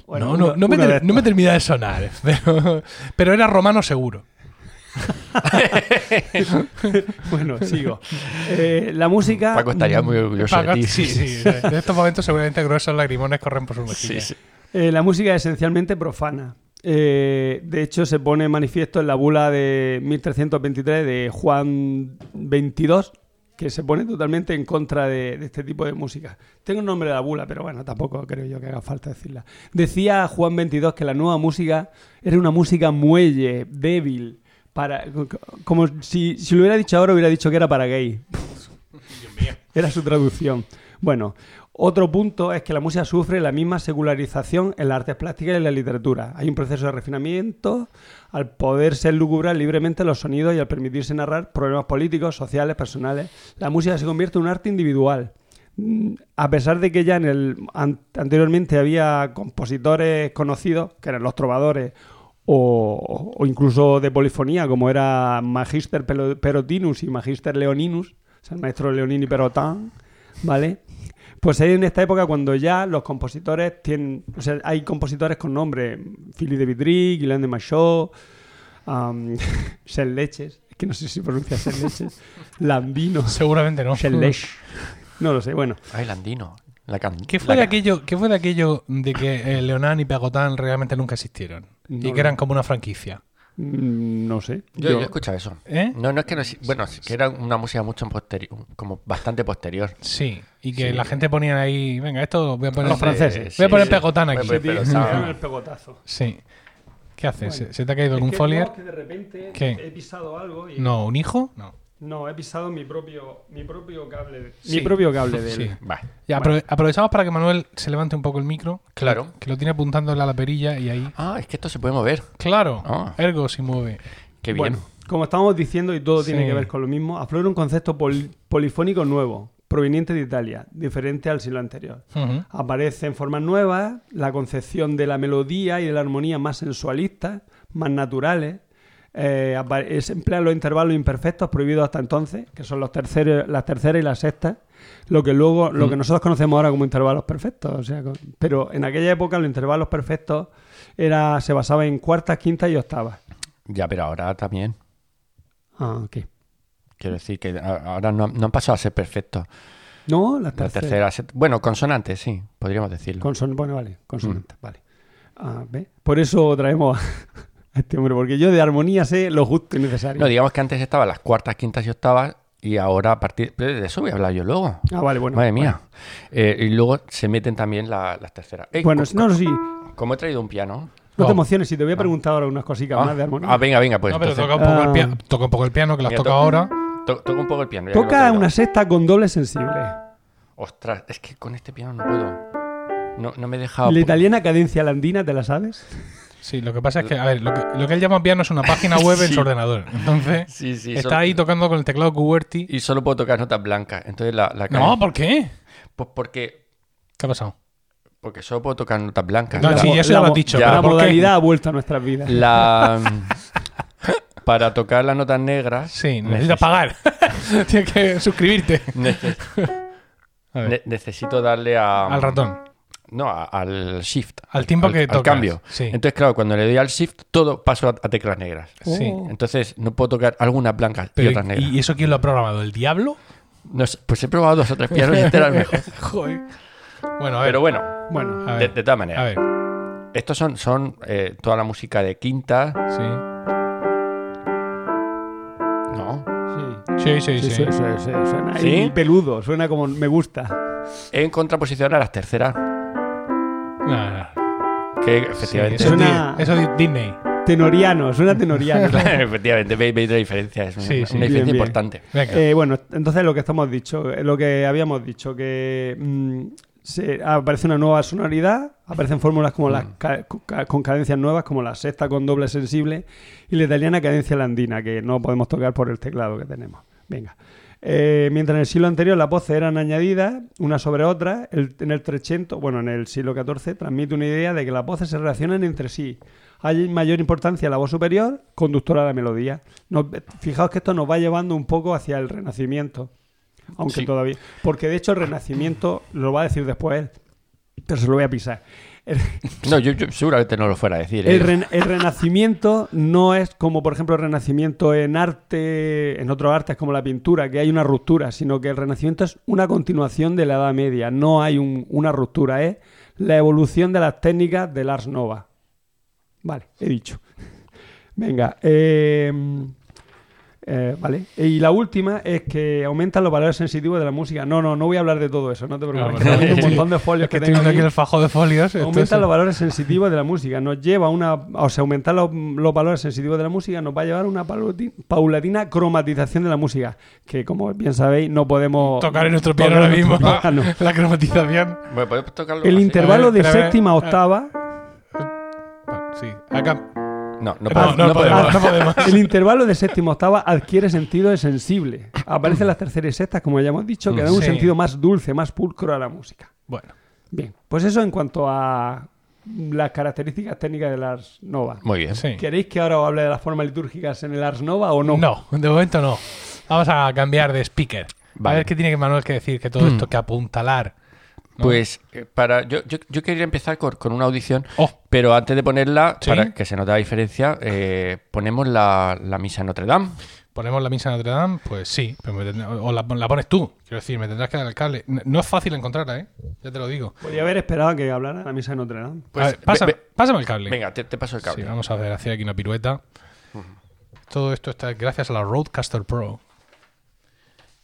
Speaker 1: no, no, no, me ter- no me termina de sonar, (laughs) pero, pero era romano seguro.
Speaker 2: Bueno, sigo. (laughs) Eh, la música.
Speaker 3: Paco estaría muy orgulloso de
Speaker 1: Ah, mm, Paco-
Speaker 3: ti.
Speaker 1: sí, sí. En estos momentos seguramente gruesos lagrimones corren por sus
Speaker 3: Sí,
Speaker 1: mejillas.
Speaker 3: sí.
Speaker 2: Eh, la música es esencialmente profana. Eh, de hecho, se pone manifiesto en la bula de 1323 de Juan 22, que se pone totalmente en contra de, de este tipo de música. Tengo un nombre de la bula, pero bueno, tampoco creo yo que haga falta decirla. Decía Juan 22 que la nueva música era una música muelle, débil, para, como si, si lo hubiera dicho ahora hubiera dicho que era para gay. (laughs) Era su traducción. Bueno, otro punto es que la música sufre la misma secularización en las artes plásticas y en la literatura. Hay un proceso de refinamiento al poderse lucubrar libremente los sonidos y al permitirse narrar problemas políticos, sociales, personales. La música se convierte en un arte individual. Mm, A pesar de que ya en el, an- anteriormente había compositores conocidos, que eran los trovadores, o, o incluso de polifonía, como era Magister Pelo- Perotinus y Magister Leoninus, o sea, el maestro Leonini Perotin, ¿vale? Pues es en esta época cuando ya los compositores tienen, o sea, hay compositores con nombre, Philly de Vitry, Guillain de Machaut, um, (laughs) Sel Leches, es que no sé si pronuncia Sel Leches, Lambino,
Speaker 1: Seguramente no.
Speaker 2: Sel Lech, no lo sé, bueno,
Speaker 3: (laughs) Ay, Landino. La can-
Speaker 1: ¿Qué fue,
Speaker 3: la
Speaker 1: de
Speaker 3: can-
Speaker 1: aquello, ¿Qué fue de aquello de que eh, Leonán y Pagotán realmente nunca existieron?
Speaker 2: No
Speaker 1: y
Speaker 2: lo-
Speaker 1: que eran como una franquicia.
Speaker 2: mm, no sé.
Speaker 3: Yo, yo he escuchado eso.
Speaker 1: ¿Eh?
Speaker 3: No, no es que no. es- Bueno, sí, que era una música mucho posterior, como bastante posterior.
Speaker 1: Sí. Y que
Speaker 3: Sí.
Speaker 1: la gente ponía ahí, venga, esto lo voy a poner.
Speaker 2: Los franceses.
Speaker 1: Voy a poner
Speaker 3: sí.
Speaker 1: Pegotán
Speaker 3: Voy a
Speaker 1: aquí.
Speaker 3: poner
Speaker 2: Te-
Speaker 3: Pegotán.
Speaker 2: te dan (laughs) el pegotazo.
Speaker 1: Sí. ¿Qué haces?
Speaker 2: Bueno.
Speaker 1: ¿Se, se te ha caído algún
Speaker 2: Es que
Speaker 1: folier?
Speaker 2: no, que de repente
Speaker 1: ¿Qué?
Speaker 2: he pisado algo y
Speaker 1: No, ¿un hijo? No.
Speaker 2: no, he pisado mi propio mi propio cable de-
Speaker 1: Sí.
Speaker 2: mi propio cable de
Speaker 1: Sí.
Speaker 3: Va.
Speaker 1: Ya,
Speaker 2: Bueno.
Speaker 1: aprove- aprovechamos para que Manuel se levante un poco el micro. que-
Speaker 3: Claro.
Speaker 1: Que lo tiene apuntándole a la perilla y ahí.
Speaker 3: Ah, es que esto se puede mover.
Speaker 1: Claro.
Speaker 3: Ah.
Speaker 1: Ergo si mueve.
Speaker 3: Qué bien.
Speaker 2: Bueno, como estábamos diciendo y todo
Speaker 1: Sí.
Speaker 2: tiene que ver con lo mismo, aflora un concepto pol- polifónico nuevo, proveniente de Italia, diferente al siglo anterior.
Speaker 1: Ujú.
Speaker 2: Aparecen formas nuevas, la concepción de la melodía y de la armonía más sensualistas, más naturales. Eh, apa- eh, se emplean los intervalos imperfectos prohibidos hasta entonces, que son los terceros, las terceras y las sextas, lo que luego, lo que nosotros conocemos ahora como intervalos perfectos. o sea, con- pero en aquella época los intervalos perfectos era, se basaban en cuartas, quintas y octavas.
Speaker 3: Ya, pero ahora también.
Speaker 2: Ah, ok.
Speaker 3: Quiero decir que a- ahora no, no han pasado a ser perfectos.
Speaker 2: No, las
Speaker 3: La
Speaker 2: terceras.
Speaker 3: tercera, set- bueno, consonantes, sí, podríamos decirlo.
Speaker 2: Conson- bueno, vale, consonantes, vale. Ah, ¿ve? Por eso traemos a (laughs) este hombre, porque yo de armonía sé lo justo y necesario.
Speaker 3: No, digamos que antes estaban las cuartas, quintas y octavas y ahora a partir... pero de eso voy a hablar yo luego.
Speaker 2: Ah, vale, bueno.
Speaker 3: Madre mía. Eh, y luego se meten también la- las terceras. Ey,
Speaker 2: Bueno,
Speaker 3: co-
Speaker 2: no, no, sí.
Speaker 3: como he traído un piano...
Speaker 2: No
Speaker 1: Oh.
Speaker 2: te emociones, si te voy a preguntar ahora unas cositas
Speaker 3: Ah,
Speaker 2: más de armonía.
Speaker 3: ah, venga, venga, pues
Speaker 1: no, pero
Speaker 3: entonces
Speaker 1: toca un, poco el
Speaker 2: Ah.
Speaker 1: piano, toca un poco el piano, que las
Speaker 3: Mira,
Speaker 1: toca
Speaker 3: toca-
Speaker 1: ahora.
Speaker 3: to- toca un poco el piano. ya que lo he
Speaker 2: Toca
Speaker 3: traído.
Speaker 2: una sexta con doble sensible.
Speaker 3: Ostras, es que con este piano no puedo. No, no me he dejado...
Speaker 2: La italiana cadencia landina, ¿te la sabes?
Speaker 1: Sí, lo que pasa es que, a ver, lo que, lo que él llama piano es una página web en
Speaker 3: Sí.
Speaker 1: su ordenador. Entonces,
Speaker 3: Sí, sí,
Speaker 1: está
Speaker 3: solo-
Speaker 1: ahí tocando con el teclado QWERTY.
Speaker 3: Y solo puedo tocar notas blancas. Entonces la... la
Speaker 1: No, ¿por qué?
Speaker 3: Pues porque,
Speaker 1: ¿Qué ha pasado?
Speaker 3: porque solo puedo tocar notas blancas.
Speaker 1: No,
Speaker 2: La
Speaker 1: sí,
Speaker 2: mo-
Speaker 1: eso ya
Speaker 2: la
Speaker 1: lo has
Speaker 2: mo-
Speaker 1: dicho.
Speaker 3: ya.
Speaker 1: pero
Speaker 2: la
Speaker 1: ¿por qué?
Speaker 2: modalidad ha vuelto a nuestras vidas.
Speaker 3: La... Para tocar las notas negras...
Speaker 1: Sí, necesitas pagar. (laughs) Tienes que suscribirte.
Speaker 3: neces-
Speaker 1: A ver,
Speaker 3: ne- necesito darle a...
Speaker 1: al ratón.
Speaker 3: No, a- al shift.
Speaker 1: Al tiempo
Speaker 3: al,
Speaker 1: que
Speaker 3: al
Speaker 1: tocas.
Speaker 3: cambio.
Speaker 1: Sí.
Speaker 3: Entonces, claro, cuando le doy al shift, todo paso a, a teclas negras. Uh.
Speaker 1: Sí.
Speaker 2: Oh.
Speaker 3: Entonces, no puedo tocar algunas blancas y
Speaker 1: Pero,
Speaker 3: otras
Speaker 1: ¿y-
Speaker 3: negras.
Speaker 1: ¿Y eso quién lo ha programado? ¿El diablo?
Speaker 3: No sé, pues he probado dos o tres pianos y este era
Speaker 1: (laughs)
Speaker 3: el mejor.
Speaker 1: Joder. Bueno, a ver.
Speaker 3: Pero bueno,
Speaker 2: Bueno,
Speaker 1: a
Speaker 3: de,
Speaker 1: ver.
Speaker 3: de todas
Speaker 1: A
Speaker 3: maneras,
Speaker 1: ver.
Speaker 3: estos son, son eh, toda la música de quinta.
Speaker 1: Sí.
Speaker 3: No.
Speaker 2: sí.
Speaker 1: Sí, sí, sí.
Speaker 2: Sí, su- su- su- suena
Speaker 3: ¿Sí?
Speaker 2: ahí peludo, suena como me gusta.
Speaker 3: En contraposición a las terceras,
Speaker 1: No, no.
Speaker 3: que
Speaker 1: Sí,
Speaker 3: efectivamente.
Speaker 1: eso, es
Speaker 2: Suena-
Speaker 1: Di- eso es Disney.
Speaker 2: Tenoriano, suena tenoriano.
Speaker 3: (laughs) (laughs) efectivamente, veis, veis la diferencia. Es una,
Speaker 1: Sí, sí.
Speaker 2: Bien,
Speaker 3: una diferencia
Speaker 2: bien.
Speaker 3: importante.
Speaker 1: Venga.
Speaker 2: Eh, bueno, entonces lo que estamos dicho, eh, lo que habíamos dicho, que mm, se- aparece una nueva sonoridad, aparecen fórmulas como las ca- con ca- con cadencias nuevas, como la sexta con doble sensible y la italiana cadencia landina, que no podemos tocar por el teclado que tenemos. Venga. Eh, mientras en el siglo anterior las voces eran añadidas una sobre otra, el- en el 300, bueno, en el siglo XIV, transmite una idea de que las voces se relacionan entre sí. Hay mayor importancia la voz superior, conductora de la melodía. Nos- fijaos que esto nos va llevando un poco hacia el Renacimiento, aunque
Speaker 3: Sí.
Speaker 2: todavía. Porque de hecho el Renacimiento lo va a decir después él, pero se lo voy a pisar. El-
Speaker 3: No, yo, yo seguramente no lo fuera a decir. ¿eh?
Speaker 2: el, ren- el renacimiento no es como, por ejemplo, el renacimiento en arte, en otros artes como la pintura, que hay una ruptura, sino que el renacimiento es una continuación de la Edad Media. No hay un- una ruptura, es la evolución de las técnicas del Ars Nova. Vale, he dicho. (laughs) Venga, eh, eh, vale. Y la última es que aumentan los valores sensitivos de la música. No, no, no voy a hablar de todo eso, no te
Speaker 1: Ah,
Speaker 2: preocupes.
Speaker 1: bueno.
Speaker 2: Tengo un
Speaker 1: Sí.
Speaker 2: montón de folios
Speaker 1: Es que
Speaker 2: que
Speaker 1: estoy
Speaker 2: tengo
Speaker 1: viendo aquí
Speaker 2: aquí.
Speaker 1: el fajo de folios.
Speaker 2: Aumenta
Speaker 1: entonces-
Speaker 2: los valores sensitivos de la música. Nos lleva a una. O sea, aumentar los, los valores sensitivos de la música nos va a llevar a una paulati- paulatina cromatización de la música. Que, como bien sabéis, no podemos.
Speaker 1: Tocar en nuestro piano ahora
Speaker 2: tocar en
Speaker 1: mismo.
Speaker 2: nuestro piano.
Speaker 1: La cromatización.
Speaker 3: Bueno, podemos tocarlo
Speaker 2: El
Speaker 3: así?
Speaker 2: intervalo de
Speaker 1: espera, a ver.
Speaker 2: séptima a
Speaker 1: Ah.
Speaker 2: octava.
Speaker 1: Sí. Acá.
Speaker 3: No, no,
Speaker 1: No,
Speaker 3: podemos.
Speaker 1: no,
Speaker 3: no
Speaker 1: podemos.
Speaker 3: podemos.
Speaker 1: No podemos.
Speaker 2: El intervalo de séptima a octava adquiere sentido de sensible. Aparecen las terceras y sextas, como ya hemos dicho, que dan un
Speaker 1: Sí.
Speaker 2: sentido más dulce, más pulcro a la música.
Speaker 1: Bueno.
Speaker 2: Bien, pues eso en cuanto a las características técnicas de la Ars Nova.
Speaker 3: Muy bien.
Speaker 1: Sí.
Speaker 2: ¿Queréis que ahora os hable de las formas litúrgicas en el Ars Nova o no?
Speaker 1: No, de momento no. Vamos a cambiar de speaker. A
Speaker 3: Vale. Hmm.
Speaker 1: ver qué tiene que Manuel que decir, que todo esto que apuntalar. ¿no?
Speaker 3: Pues eh, para yo, yo, yo quería empezar con, con una audición,
Speaker 1: Oh.
Speaker 3: pero antes de ponerla,
Speaker 1: Sí.
Speaker 3: para que se note la diferencia, eh, ponemos la, la misa en Notre Dame.
Speaker 1: ¿Ponemos la misa en Notre Dame? Pues sí, pero me tendrá- o la, la pones tú. Quiero decir, me tendrás que dar el cable. N- No es fácil encontrarla, ¿eh? Ya te lo digo.
Speaker 2: Podría haber esperado a que hablara la misa de Notre Dame.
Speaker 1: A
Speaker 3: Pues,
Speaker 1: ver, pásame,
Speaker 3: ve- ve-
Speaker 1: pásame el cable.
Speaker 3: Venga, te, te paso el
Speaker 1: Sí,
Speaker 3: cable.
Speaker 1: vamos a hacer, hacer aquí una pirueta. Todo esto está gracias a la Roadcaster Pro,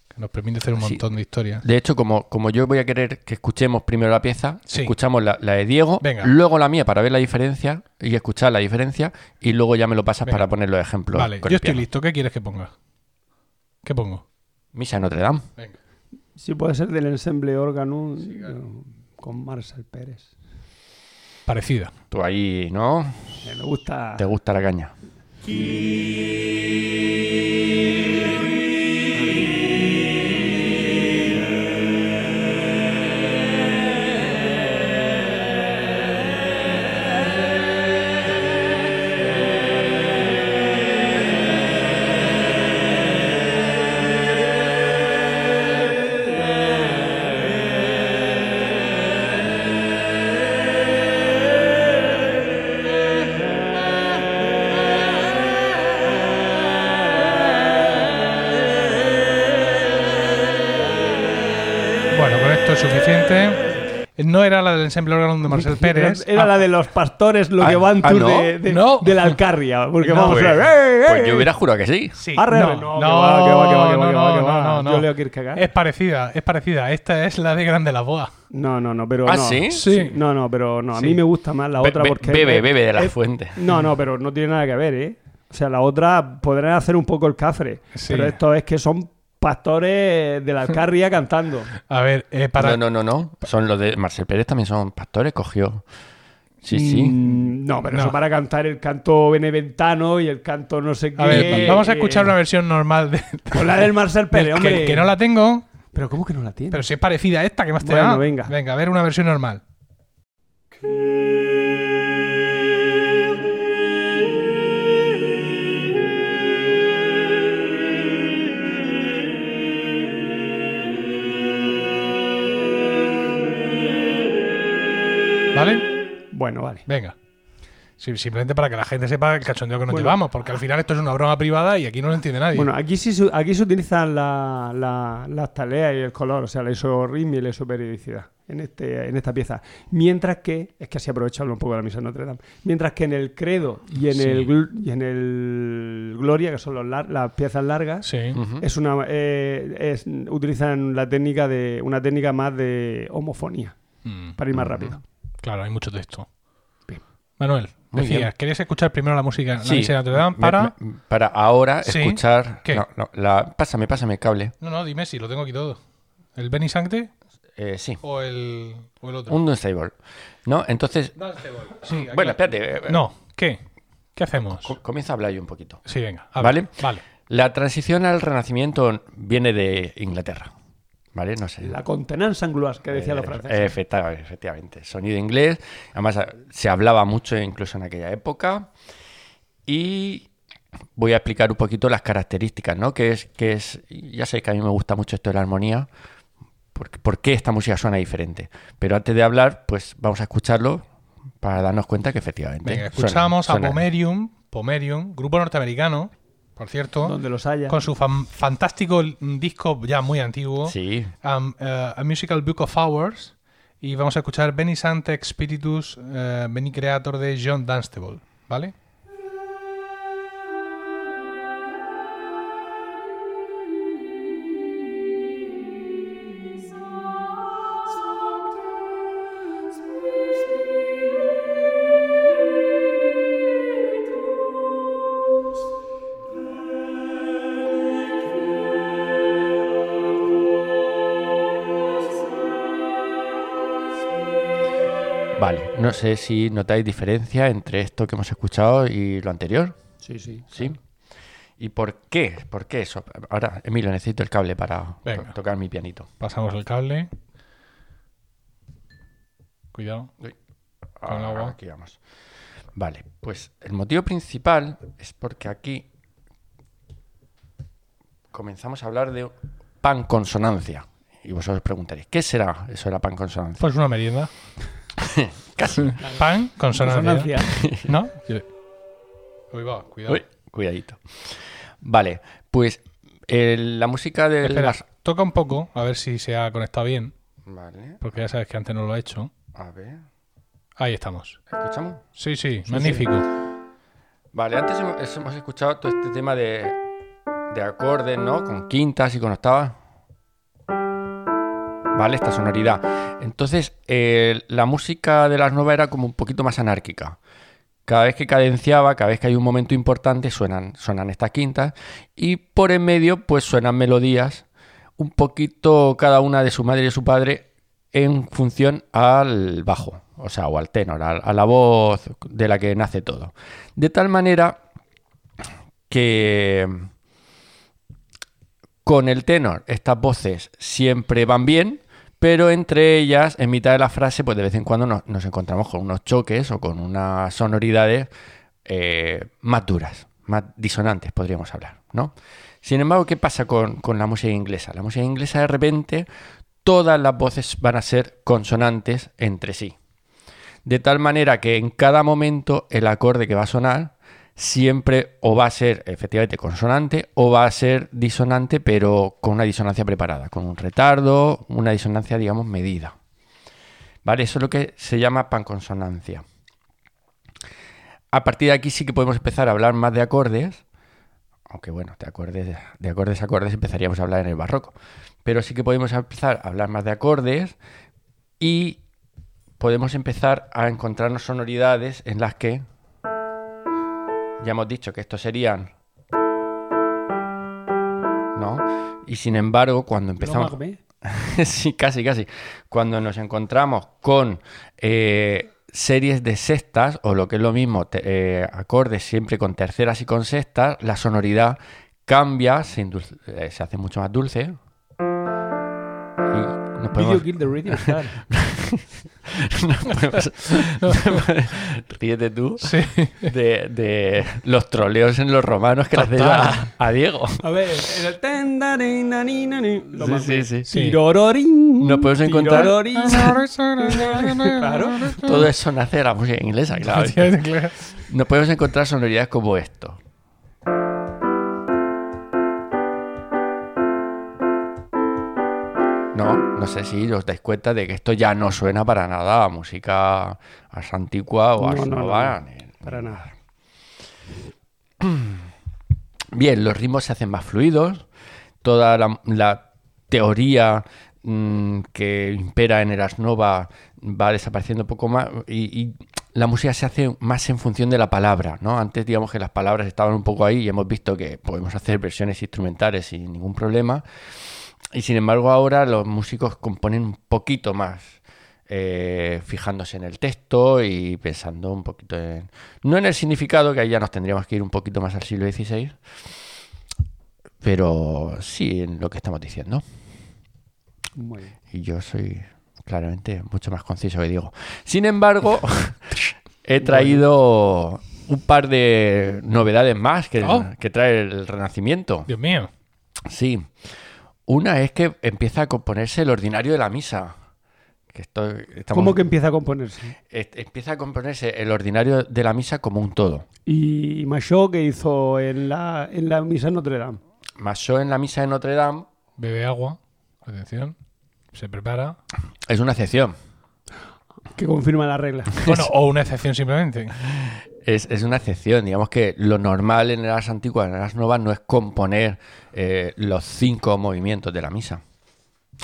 Speaker 1: que nos permite hacer un
Speaker 3: Sí.
Speaker 1: montón de historias.
Speaker 3: de hecho, como, como yo voy a querer que escuchemos primero la pieza,
Speaker 1: Sí.
Speaker 3: escuchamos la, la de Diego,
Speaker 1: Venga.
Speaker 3: luego la mía para ver la diferencia y escuchar la diferencia, y luego ya me lo pasas
Speaker 1: Venga.
Speaker 3: para poner los ejemplos.
Speaker 1: Vale,
Speaker 3: con
Speaker 1: yo
Speaker 3: el
Speaker 1: estoy
Speaker 3: piano.
Speaker 1: listo. ¿Qué quieres que ponga? ¿Qué pongo?
Speaker 3: Misa en Notre Dame.
Speaker 1: Venga.
Speaker 2: Sí, puede ser del ensemble órgano con Marcel Pérez.
Speaker 1: Parecida.
Speaker 3: Tú ahí, ¿no?
Speaker 2: Eh, Me gusta.
Speaker 3: Te gusta la caña.
Speaker 4: Thank
Speaker 1: Eh, No era la del ensemble órgano de Marcel Pérez.
Speaker 2: (laughs)
Speaker 1: Ah.
Speaker 2: Era la de los pastores lo
Speaker 3: Ah,
Speaker 2: que van
Speaker 3: ah,
Speaker 2: tú
Speaker 3: ¿no?
Speaker 2: de, de-
Speaker 1: No.
Speaker 2: de la Alcarria. Porque
Speaker 1: No,
Speaker 2: vamos
Speaker 1: pues-
Speaker 2: a ver. ¡eh, eh,
Speaker 3: Pues
Speaker 2: eh!
Speaker 3: yo hubiera jurado que sí.
Speaker 1: Sí.
Speaker 2: Arre,
Speaker 1: no,
Speaker 2: arre,
Speaker 1: no,
Speaker 2: no, que va, que va, que va, que va, que va,
Speaker 1: no,
Speaker 2: que va.
Speaker 1: no, no, Eh.
Speaker 2: Yo
Speaker 1: no.
Speaker 2: leo Kierkegaard.
Speaker 1: Es parecida, es parecida. Esta es la de Grande la Boa.
Speaker 2: No, no, no, pero
Speaker 3: ¿Ah,
Speaker 2: no.
Speaker 3: sí?
Speaker 1: Sí.
Speaker 2: No, no, pero no. A mí
Speaker 1: Sí.
Speaker 2: me gusta más la
Speaker 3: Be-
Speaker 2: otra
Speaker 3: be-
Speaker 2: porque...
Speaker 3: bebe,
Speaker 2: es-
Speaker 3: bebe de la
Speaker 2: es-
Speaker 3: fuente.
Speaker 2: No, no, pero no tiene nada que ver, ¿eh? O sea, la otra podrán hacer un poco el cafre.
Speaker 1: Sí.
Speaker 2: Pero esto es que son pastores de
Speaker 1: (laughs)
Speaker 2: la Alcarria cantando.
Speaker 1: A ver, eh, para.
Speaker 3: No, no, no, no. Son los de Marcel Pérez también son pastores, cogió. Sí, sí.
Speaker 2: Mm, No, pero
Speaker 1: No.
Speaker 2: eso para cantar el canto beneventano y el canto no sé qué.
Speaker 1: A ver,
Speaker 2: eh,
Speaker 1: vamos a escuchar una versión normal de,
Speaker 2: Con la del
Speaker 1: (laughs)
Speaker 2: Marcel Pérez,
Speaker 1: que-
Speaker 2: hombre.
Speaker 1: que, no la tengo,
Speaker 2: Pero ¿cómo que no la tiene?
Speaker 1: pero si es parecida a esta que más te
Speaker 2: Bueno,
Speaker 1: da.
Speaker 2: venga.
Speaker 1: Venga, a ver una versión normal. ¿Vale?
Speaker 2: Bueno, vale.
Speaker 1: Venga. Sí, simplemente para que la gente sepa el cachondeo que nos
Speaker 2: Bueno.
Speaker 1: llevamos, porque al final esto es una broma privada y aquí no lo entiende nadie.
Speaker 2: Bueno, aquí sí se- aquí se utilizan la- la- las taleas y el color, o sea, la isorritmia y la isoperiodicidad en, este, en esta pieza. Mientras que, es que así aprovechando un poco la misa de Notre Dame, mientras que en el Credo y en,
Speaker 1: Sí.
Speaker 2: el, Gl- y en el Gloria, que son los lar- las piezas largas,
Speaker 1: sí.
Speaker 3: Ujú.
Speaker 2: es una, eh, es- utilizan la técnica de, una técnica más de homofonía,
Speaker 1: Mm.
Speaker 2: para ir más rápido.
Speaker 1: Claro, hay mucho texto. Manuel,
Speaker 3: Muy
Speaker 1: decías,
Speaker 3: bien.
Speaker 1: ¿querías escuchar primero la música la
Speaker 3: Sí.
Speaker 1: misa de Notre Dame
Speaker 3: Me-
Speaker 1: para...?
Speaker 3: me- para ahora
Speaker 1: Sí.
Speaker 3: escuchar.
Speaker 1: ¿Qué?
Speaker 3: No, no, la- pásame, pásame el cable.
Speaker 1: No, no, dime si lo tengo aquí todo. ¿El Benny Sancte
Speaker 3: Eh, sí.
Speaker 1: o el, o el otro?
Speaker 3: Un Dunstable. ¿No? Entonces.
Speaker 1: Sí, aquí
Speaker 3: Bueno,
Speaker 1: lo-
Speaker 3: espérate. eh,
Speaker 1: No, ¿qué? ¿Qué hacemos?
Speaker 3: co- Comienza a hablar yo un poquito.
Speaker 1: Sí, venga. a
Speaker 3: ¿Vale?
Speaker 1: ver, Vale.
Speaker 3: La transición al Renacimiento viene de Inglaterra. ¿Vale? No sé.
Speaker 2: La contenance angloise que decía los
Speaker 3: Eh,
Speaker 2: franceses.
Speaker 3: efecta- efectivamente, sonido inglés. Además, a- se hablaba mucho incluso en aquella época. Y voy a explicar un poquito las características, ¿no? Que es, que es ya sé que a mí me gusta mucho esto de la armonía. Por, por qué esta música suena diferente? Pero antes de hablar, pues vamos a escucharlo para darnos cuenta que efectivamente.
Speaker 1: Venga,
Speaker 3: suena-
Speaker 1: escuchamos
Speaker 3: suena.
Speaker 1: a Pomerium, Pomerium, grupo norteamericano, por cierto,
Speaker 2: donde los haya.
Speaker 1: con su fan- fantástico mm, disco ya muy antiguo,
Speaker 3: Sí,
Speaker 1: um, eh, A Musical Book of Hours, y vamos a escuchar Benny Sante Spiritus, eh, Beni Creator de John Dunstable, ¿vale?
Speaker 3: vale. No sé si notáis diferencia entre esto que hemos escuchado y lo anterior.
Speaker 2: Sí, sí.
Speaker 3: ¿Sí? ¿Y por qué? ¿Por qué eso? Ahora, Emilio, necesito el cable para to-
Speaker 1: Venga.
Speaker 3: tocar mi pianito.
Speaker 1: Pasamos el cable. Cuidado. Con el agua.
Speaker 3: Ah, Aquí vamos. Vale, pues el motivo principal es porque aquí comenzamos a hablar de pan consonancia. Y vosotros os preguntaréis, ¿qué será eso de la
Speaker 1: (laughs)
Speaker 3: pan consonancia?
Speaker 1: Pues una merienda.
Speaker 3: Casi.
Speaker 1: Pan,
Speaker 3: ¿eh?
Speaker 1: consonancia.
Speaker 2: Consonancia.
Speaker 1: (laughs) ¿No? Uy, va, cuidado.
Speaker 3: Uy, cuidadito. Vale, pues el- la música de
Speaker 1: Espera,
Speaker 3: las...
Speaker 1: toca un poco, a ver si se ha conectado bien,
Speaker 3: Vale,
Speaker 1: porque ya sabes que antes no lo ha hecho.
Speaker 3: a ver.
Speaker 1: Ahí estamos.
Speaker 3: ¿Escuchamos?
Speaker 1: Sí, sí, magnífico.
Speaker 3: Vale, antes hemos, hemos escuchado todo este tema de, de acordes, ¿no? Con quintas y con octavas. Vale, esta sonoridad. Entonces, eh, la música de las nuevas era como un poquito más anárquica. Cada vez que cadenciaba, cada vez que hay un momento importante, suenan, suenan estas quintas. Y por en medio, pues suenan melodías, un poquito cada una de su madre y de su padre, en función al bajo, o sea, o al tenor, al- a la voz de la que nace todo. De tal manera que con el tenor estas voces siempre van bien, pero entre ellas, en mitad de la frase, pues de vez en cuando nos, nos encontramos con unos choques o con unas sonoridades eh, más duras, más disonantes, podríamos hablar, ¿no? Sin embargo, ¿qué pasa con, con la música inglesa? La música inglesa de repente todas las voces van a ser consonantes entre sí. De tal manera que en cada momento el acorde que va a sonar siempre o va a ser efectivamente consonante o va a ser disonante, pero con una disonancia preparada, con un retardo, una disonancia, digamos, medida. ¿Vale? Eso es lo que se llama panconsonancia. A partir de aquí sí que podemos empezar a hablar más de acordes, aunque bueno, de acordes, de acordes a acordes empezaríamos a hablar en el barroco, pero sí que podemos empezar a hablar más de acordes y podemos empezar a encontrarnos sonoridades en las que ya hemos dicho que estos serían ¿no? Y sin embargo, cuando empezamos (laughs) sí, casi, casi. Cuando nos encontramos con eh, series de sextas, o lo que es lo mismo, te- eh, acordes siempre con terceras y con sextas, la sonoridad cambia, se, indulce- eh, se hace mucho más dulce. Y nos podemos,
Speaker 2: Video Kill the Radio
Speaker 3: (laughs)
Speaker 2: Star.
Speaker 3: nos podemos- (laughs) ríete tú
Speaker 1: (laughs) Sí.
Speaker 3: de, de los troleos en los romanos que le hacen a, a Diego.
Speaker 2: A ver, el ten, da, ni, na, ni, na, ni. Lo
Speaker 3: Sí,
Speaker 2: más
Speaker 3: sí,
Speaker 2: bien.
Speaker 3: sí.
Speaker 1: Sí. (laughs)
Speaker 2: Tirororín,
Speaker 3: Nos podemos encontrar-
Speaker 2: tirororín.
Speaker 3: Todo eso nace de la música
Speaker 2: (laughs)
Speaker 3: inglesa, claro. Nos podemos encontrar sonoridades como esto. No, no sé si os dais cuenta de que esto ya no suena para nada a música ars antigua o
Speaker 2: No,
Speaker 3: ars
Speaker 2: no, no,
Speaker 3: nova.
Speaker 2: no, Para nada.
Speaker 3: (clears throat) Bien, los ritmos se hacen más fluidos. Toda la, la teoría mm, que impera en el Ars Nova va desapareciendo un poco más y, y la música se hace más en función de la palabra, ¿no? Antes digamos que las palabras estaban un poco ahí y hemos visto que podemos hacer versiones instrumentales sin ningún problema. Y sin embargo ahora los músicos componen un poquito más, eh, fijándose en el texto y pensando un poquito en... No en el significado, que ahí ya nos tendríamos que ir un poquito más al siglo XVI, pero sí en lo que estamos diciendo.
Speaker 2: Muy bien.
Speaker 3: Y yo soy claramente mucho más conciso que Diego. Sin embargo, he traído un par de novedades más que,
Speaker 1: Oh.
Speaker 3: que trae el Renacimiento.
Speaker 1: Dios mío.
Speaker 3: Sí. Una es que empieza a componerse el ordinario de la misa. Que esto, estamos-
Speaker 2: ¿Cómo que empieza a componerse?
Speaker 3: es- empieza a componerse el ordinario de la misa como un todo.
Speaker 2: Y Machot que hizo en la, en la misa en Notre Dame.
Speaker 3: Más yo en la misa de Notre Dame
Speaker 1: Bebe agua. Atención. Se prepara.
Speaker 3: (laughs) es una excepción.
Speaker 2: Que confirma la regla.
Speaker 1: Bueno, o una excepción
Speaker 3: (laughs)
Speaker 1: simplemente.
Speaker 3: Es, es una excepción. Digamos que lo normal en las antiguas, en las nuevas, no es componer eh, los cinco movimientos de la misa.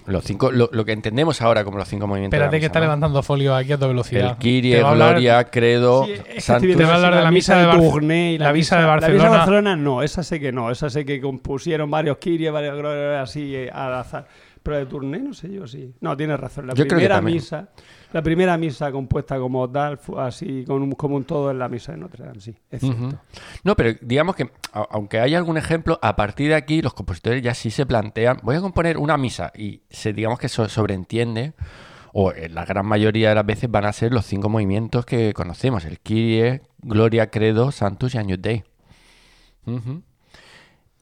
Speaker 3: Los cinco, lo, lo que entendemos ahora como los cinco movimientos
Speaker 1: Espérate
Speaker 3: de
Speaker 1: que
Speaker 3: la misa.
Speaker 1: está
Speaker 3: ¿no?
Speaker 1: levantando folio aquí a toda velocidad.
Speaker 3: El Kyrie,
Speaker 1: Te va a hablar-
Speaker 3: Gloria, Credo,
Speaker 2: Sí, es que
Speaker 3: Santus.
Speaker 2: estoy
Speaker 1: este Te
Speaker 2: viendo
Speaker 1: va a hablar de la misa de Bar-
Speaker 2: Tournai y
Speaker 1: la misa de
Speaker 2: La misa
Speaker 1: Barcelona.
Speaker 2: de Barcelona no, esa sé que no. Esa sé que compusieron varios Kyrie, varios glorias, así eh, al azar. Pero de Tournai no sé yo sí. No, tienes razón. La
Speaker 3: Yo creo que
Speaker 2: primera
Speaker 3: también.
Speaker 2: misa, la primera misa compuesta como tal, fu- así con un, como un todo en la misa de Notre Dame, sí. Es cierto.
Speaker 3: Ujú. No, pero digamos que, a- aunque hay algún ejemplo, a partir de aquí los compositores ya sí se plantean, voy a componer una misa y se, digamos que so- sobreentiende, o en la gran mayoría de las veces van a ser los cinco movimientos que conocemos, el Kyrie, Gloria, Credo, Santus y Agnus Dei. Ujú.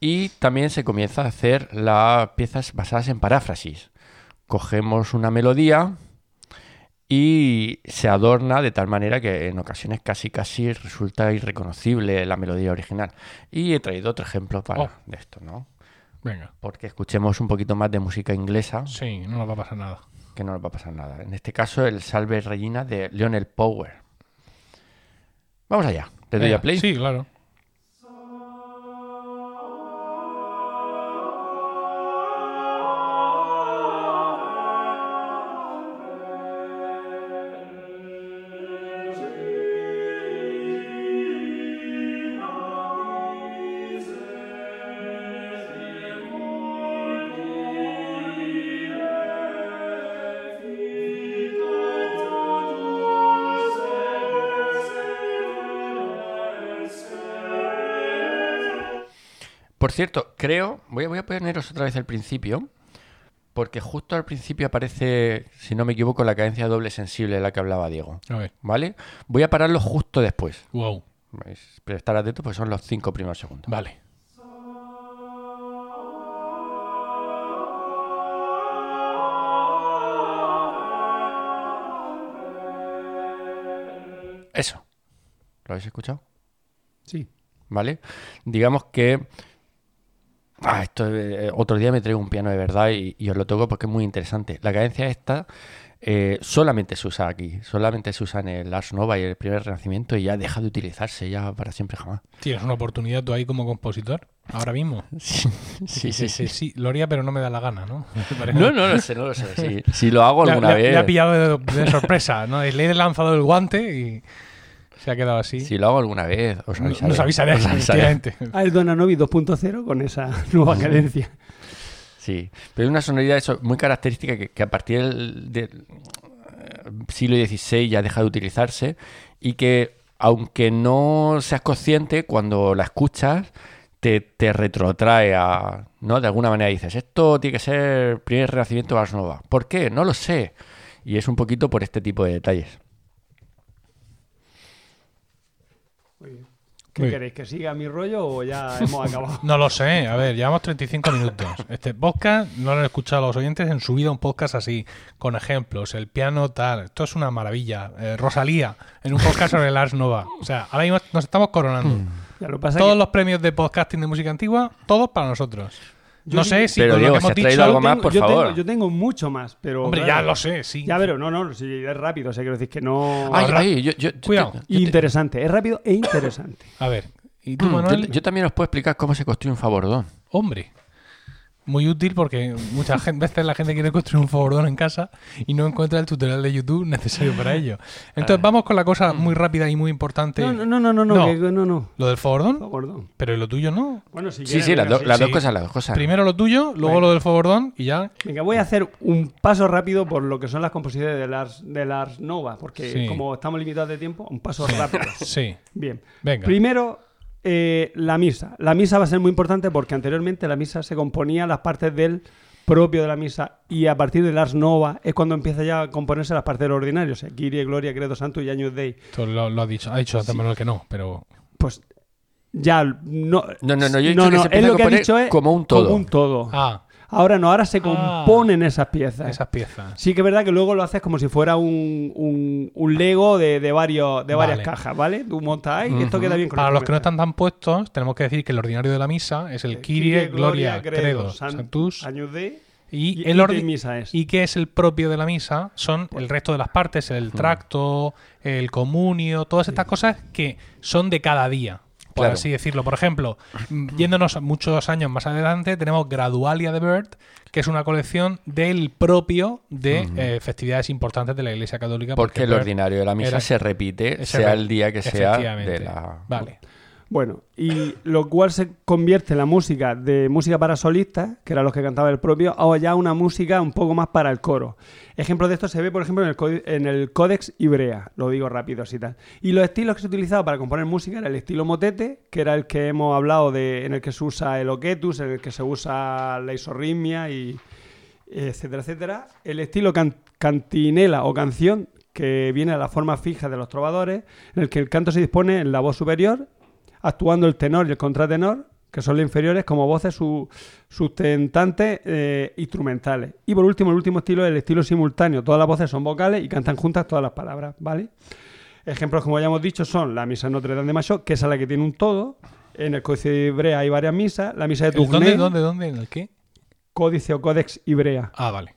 Speaker 3: Y también se comienza a hacer las piezas basadas en paráfrasis. Cogemos una melodía y se adorna de tal manera que en ocasiones casi casi resulta irreconocible la melodía original. Y he traído otro ejemplo para
Speaker 1: Oh.
Speaker 3: de esto, ¿no?
Speaker 1: Venga.
Speaker 3: Porque escuchemos un poquito más de música inglesa,
Speaker 1: Sí, no nos va a pasar nada.
Speaker 3: que no nos va a pasar nada. En este caso, el Salve Regina de Leonel Power. Vamos allá. ¿Te doy
Speaker 1: Venga,
Speaker 3: a play?
Speaker 1: Sí, claro.
Speaker 3: Por cierto, creo, voy a, voy a poneros otra vez al principio, porque justo al principio aparece, si no me equivoco, la cadencia doble sensible de la que hablaba Diego.
Speaker 1: A ver.
Speaker 3: ¿Vale? Voy a pararlo justo después.
Speaker 1: Wow.
Speaker 3: Vais a Estar atentos porque son los cinco primeros segundos.
Speaker 1: Vale.
Speaker 3: Eso. ¿Lo habéis escuchado?
Speaker 2: Sí.
Speaker 3: ¿Vale? Digamos que "Ah, esto, eh, otro día me traigo un piano de verdad y, y os lo toco porque es muy interesante. La cadencia esta eh, solamente se usa aquí, solamente se usa en el Ars Nova y el primer Renacimiento y ya deja de utilizarse ya para siempre jamás.
Speaker 1: Tienes una oportunidad tú ahí como compositor, ahora
Speaker 3: (laughs)
Speaker 1: mismo.
Speaker 3: Sí,
Speaker 1: (laughs) Sí, sí, sí, lo haría, pero no me da la gana, ¿no?
Speaker 3: (laughs)
Speaker 1: (laughs)
Speaker 3: No, no lo sé, no lo sé. Sí, si lo hago
Speaker 1: Le-
Speaker 3: alguna
Speaker 1: le,
Speaker 3: vez.
Speaker 1: le ha pillado de,
Speaker 3: (laughs)
Speaker 1: de sorpresa, ¿no? Le he lanzado el guante y se ha quedado así.
Speaker 3: Si lo hago alguna vez, os
Speaker 1: No-
Speaker 3: avisaré.
Speaker 1: Nos avisaré,
Speaker 3: Os avisaré. (laughs)
Speaker 1: efectivamente.
Speaker 2: Ah, el Donanovi 2.0 con esa (laughs) nueva cadencia.
Speaker 3: Sí, pero es una sonoridad eso, muy característica que, que a partir del, del, eh, siglo XVI ya deja de utilizarse y que aunque no seas consciente, cuando la escuchas te, te retrotrae a... ¿no? De alguna manera dices, esto tiene que ser primer renacimiento de Ars Nova. ¿Por qué? No lo sé. Y es un poquito por este tipo de detalles.
Speaker 2: ¿Qué
Speaker 1: Muy bien.
Speaker 2: queréis? ¿Que siga mi rollo o ya hemos acabado?
Speaker 1: No lo sé, a ver, llevamos 35
Speaker 3: (laughs)
Speaker 1: minutos. Este podcast no lo han escuchado los oyentes en su vida, un podcast así, con ejemplos, el piano tal. Esto es una maravilla. Eh, Rosalía, en un podcast sobre el Ars Nova. O sea, ahora mismo nos estamos
Speaker 3: Hmm.
Speaker 1: coronando.
Speaker 2: Ya lo que pasa es
Speaker 1: Todos
Speaker 2: que
Speaker 1: los premios de podcasting de música antigua, todos para nosotros. No sé si
Speaker 3: Pero
Speaker 1: con
Speaker 3: Diego,
Speaker 1: lo que
Speaker 3: si
Speaker 1: hemos
Speaker 3: has traído
Speaker 1: dicho...
Speaker 3: algo
Speaker 2: yo
Speaker 3: más,
Speaker 2: tengo-
Speaker 3: por
Speaker 2: yo tengo-
Speaker 3: favor.
Speaker 2: yo tengo mucho más, pero...
Speaker 1: Hombre, ya
Speaker 2: claro,
Speaker 1: lo sé, sí.
Speaker 2: Ya, pero no, no, sí, es rápido, o sea, quiero decir que no...
Speaker 3: Ay,
Speaker 1: Ahorra-
Speaker 3: ay, yo- yo- yo-
Speaker 1: Cuidado.
Speaker 3: yo-
Speaker 2: interesante, es rápido e interesante.
Speaker 1: A ver, ¿y tú,
Speaker 3: mm, Hmm. yo,
Speaker 1: Manuel?
Speaker 3: yo también os puedo explicar cómo se construye un fabordón.
Speaker 1: Hombre. Muy útil porque muchas gen- veces la (laughs) gente quiere construir un fabordón en casa y no encuentra el tutorial de YouTube necesario
Speaker 2: (laughs)
Speaker 1: para ello. Entonces vamos con la cosa muy rápida y muy importante.
Speaker 2: Ah. Mm. No, no, no, no, no, no,
Speaker 1: No.
Speaker 2: que- no, no.
Speaker 1: Lo del
Speaker 2: Por
Speaker 1: fabordón,
Speaker 2: favor, no.
Speaker 1: pero ¿y lo tuyo no.
Speaker 2: Bueno, si
Speaker 3: Sí,
Speaker 2: quieres,
Speaker 3: sí, las,
Speaker 2: venga,
Speaker 3: do- las
Speaker 1: sí.
Speaker 3: dos cosas, las dos cosas.
Speaker 1: Primero lo tuyo, luego lo del fabordón y
Speaker 2: (laughs)
Speaker 1: ya.
Speaker 2: Venga, voy a hacer un paso rápido por lo que son las composiciones de Lars, de Lars Nova, porque
Speaker 1: Sí.
Speaker 2: como estamos limitados de tiempo, un
Speaker 1: (laughs)
Speaker 2: paso rápido.
Speaker 1: Sí.
Speaker 2: Bien.
Speaker 1: Venga.
Speaker 2: Primero, eh, la misa. La misa va a ser muy importante porque anteriormente la misa se componía las partes del propio de la misa y a partir del Ars Nova es cuando empieza ya a componerse las partes del ordinario, o sea, Kyrie, Gloria, Credo Santo y Años Dei.
Speaker 1: Esto lo, lo ha dicho. Ha dicho antes Manuel que no, pero.
Speaker 2: Pues ya no
Speaker 3: No, no, no, yo he dicho que se
Speaker 2: él lo que ha
Speaker 3: empieza a componer
Speaker 2: dicho es
Speaker 3: como un todo.
Speaker 2: como un todo.
Speaker 1: Ah,
Speaker 2: Ahora no, ahora se
Speaker 1: Ah.
Speaker 2: componen esas piezas.
Speaker 1: esas piezas.
Speaker 2: Sí que es verdad que luego lo haces como si fuera un, un- un Lego de, de varios, de varias
Speaker 1: Vale.
Speaker 2: cajas, ¿vale? Tú montas ahí y esto queda bien con
Speaker 1: Para
Speaker 2: el
Speaker 1: los que no
Speaker 2: comentario.
Speaker 1: están tan puestos, tenemos que decir que el ordinario de la misa
Speaker 2: Eh,
Speaker 1: es el Kyrie, Gloria, Credo,
Speaker 2: San-
Speaker 1: Santus.
Speaker 2: Años de...
Speaker 1: Y,
Speaker 2: y-
Speaker 1: el
Speaker 2: y
Speaker 1: ordi-
Speaker 2: de misa
Speaker 3: Pues
Speaker 2: es.
Speaker 1: ¿Y qué es el propio de la misa? Son el resto de las partes, el tracto, el comunio, todas estas cosas que son de cada día, por
Speaker 3: Claro.
Speaker 1: así decirlo. Por
Speaker 3: (clears throat)
Speaker 1: ejemplo, mm, yéndonos muchos años más adelante, tenemos Gradualia de Bird, que es una colección del propio de eh, festividades importantes de la Iglesia Católica.
Speaker 3: Porque el
Speaker 1: Bird
Speaker 3: ordinario de la misa
Speaker 1: era-
Speaker 3: se repite,
Speaker 1: es
Speaker 3: sea el día que sea de
Speaker 1: Efectivamente.
Speaker 3: la...
Speaker 1: Vale.
Speaker 2: Bueno, y lo cual se convierte la música de música para solistas, que era los que cantaba el propio, a ya una música un poco más para el coro. Ejemplo de esto se ve, por ejemplo, en el, códi- en el Codex Ibrea, lo digo rápido así tal. Y los estilos que se utilizaban para componer música era el estilo motete, que era el que hemos hablado de, en el que se usa el oquetus, en el que se usa la isorritmia y etcétera, etcétera. El estilo can- cantinela o canción, que viene a la forma fija de los trovadores, en el que el canto se dispone en la voz superior, actuando el tenor y el contratenor, que son los inferiores, como voces su- sustentantes eh, instrumentales. Y por último, el último estilo es el estilo simultáneo. Todas las voces son vocales y cantan juntas todas las palabras, ¿vale? Ejemplos, como ya hemos dicho, son la misa de Notre Dame de Mayo, que es a la que tiene un todo. En el Códice Ibrea hay varias misas. La misa de
Speaker 1: ¿El
Speaker 2: Tournai,
Speaker 1: ¿Dónde, dónde, dónde? ¿En el qué?
Speaker 2: Códice o Códex Ibrea.
Speaker 1: Ah, vale.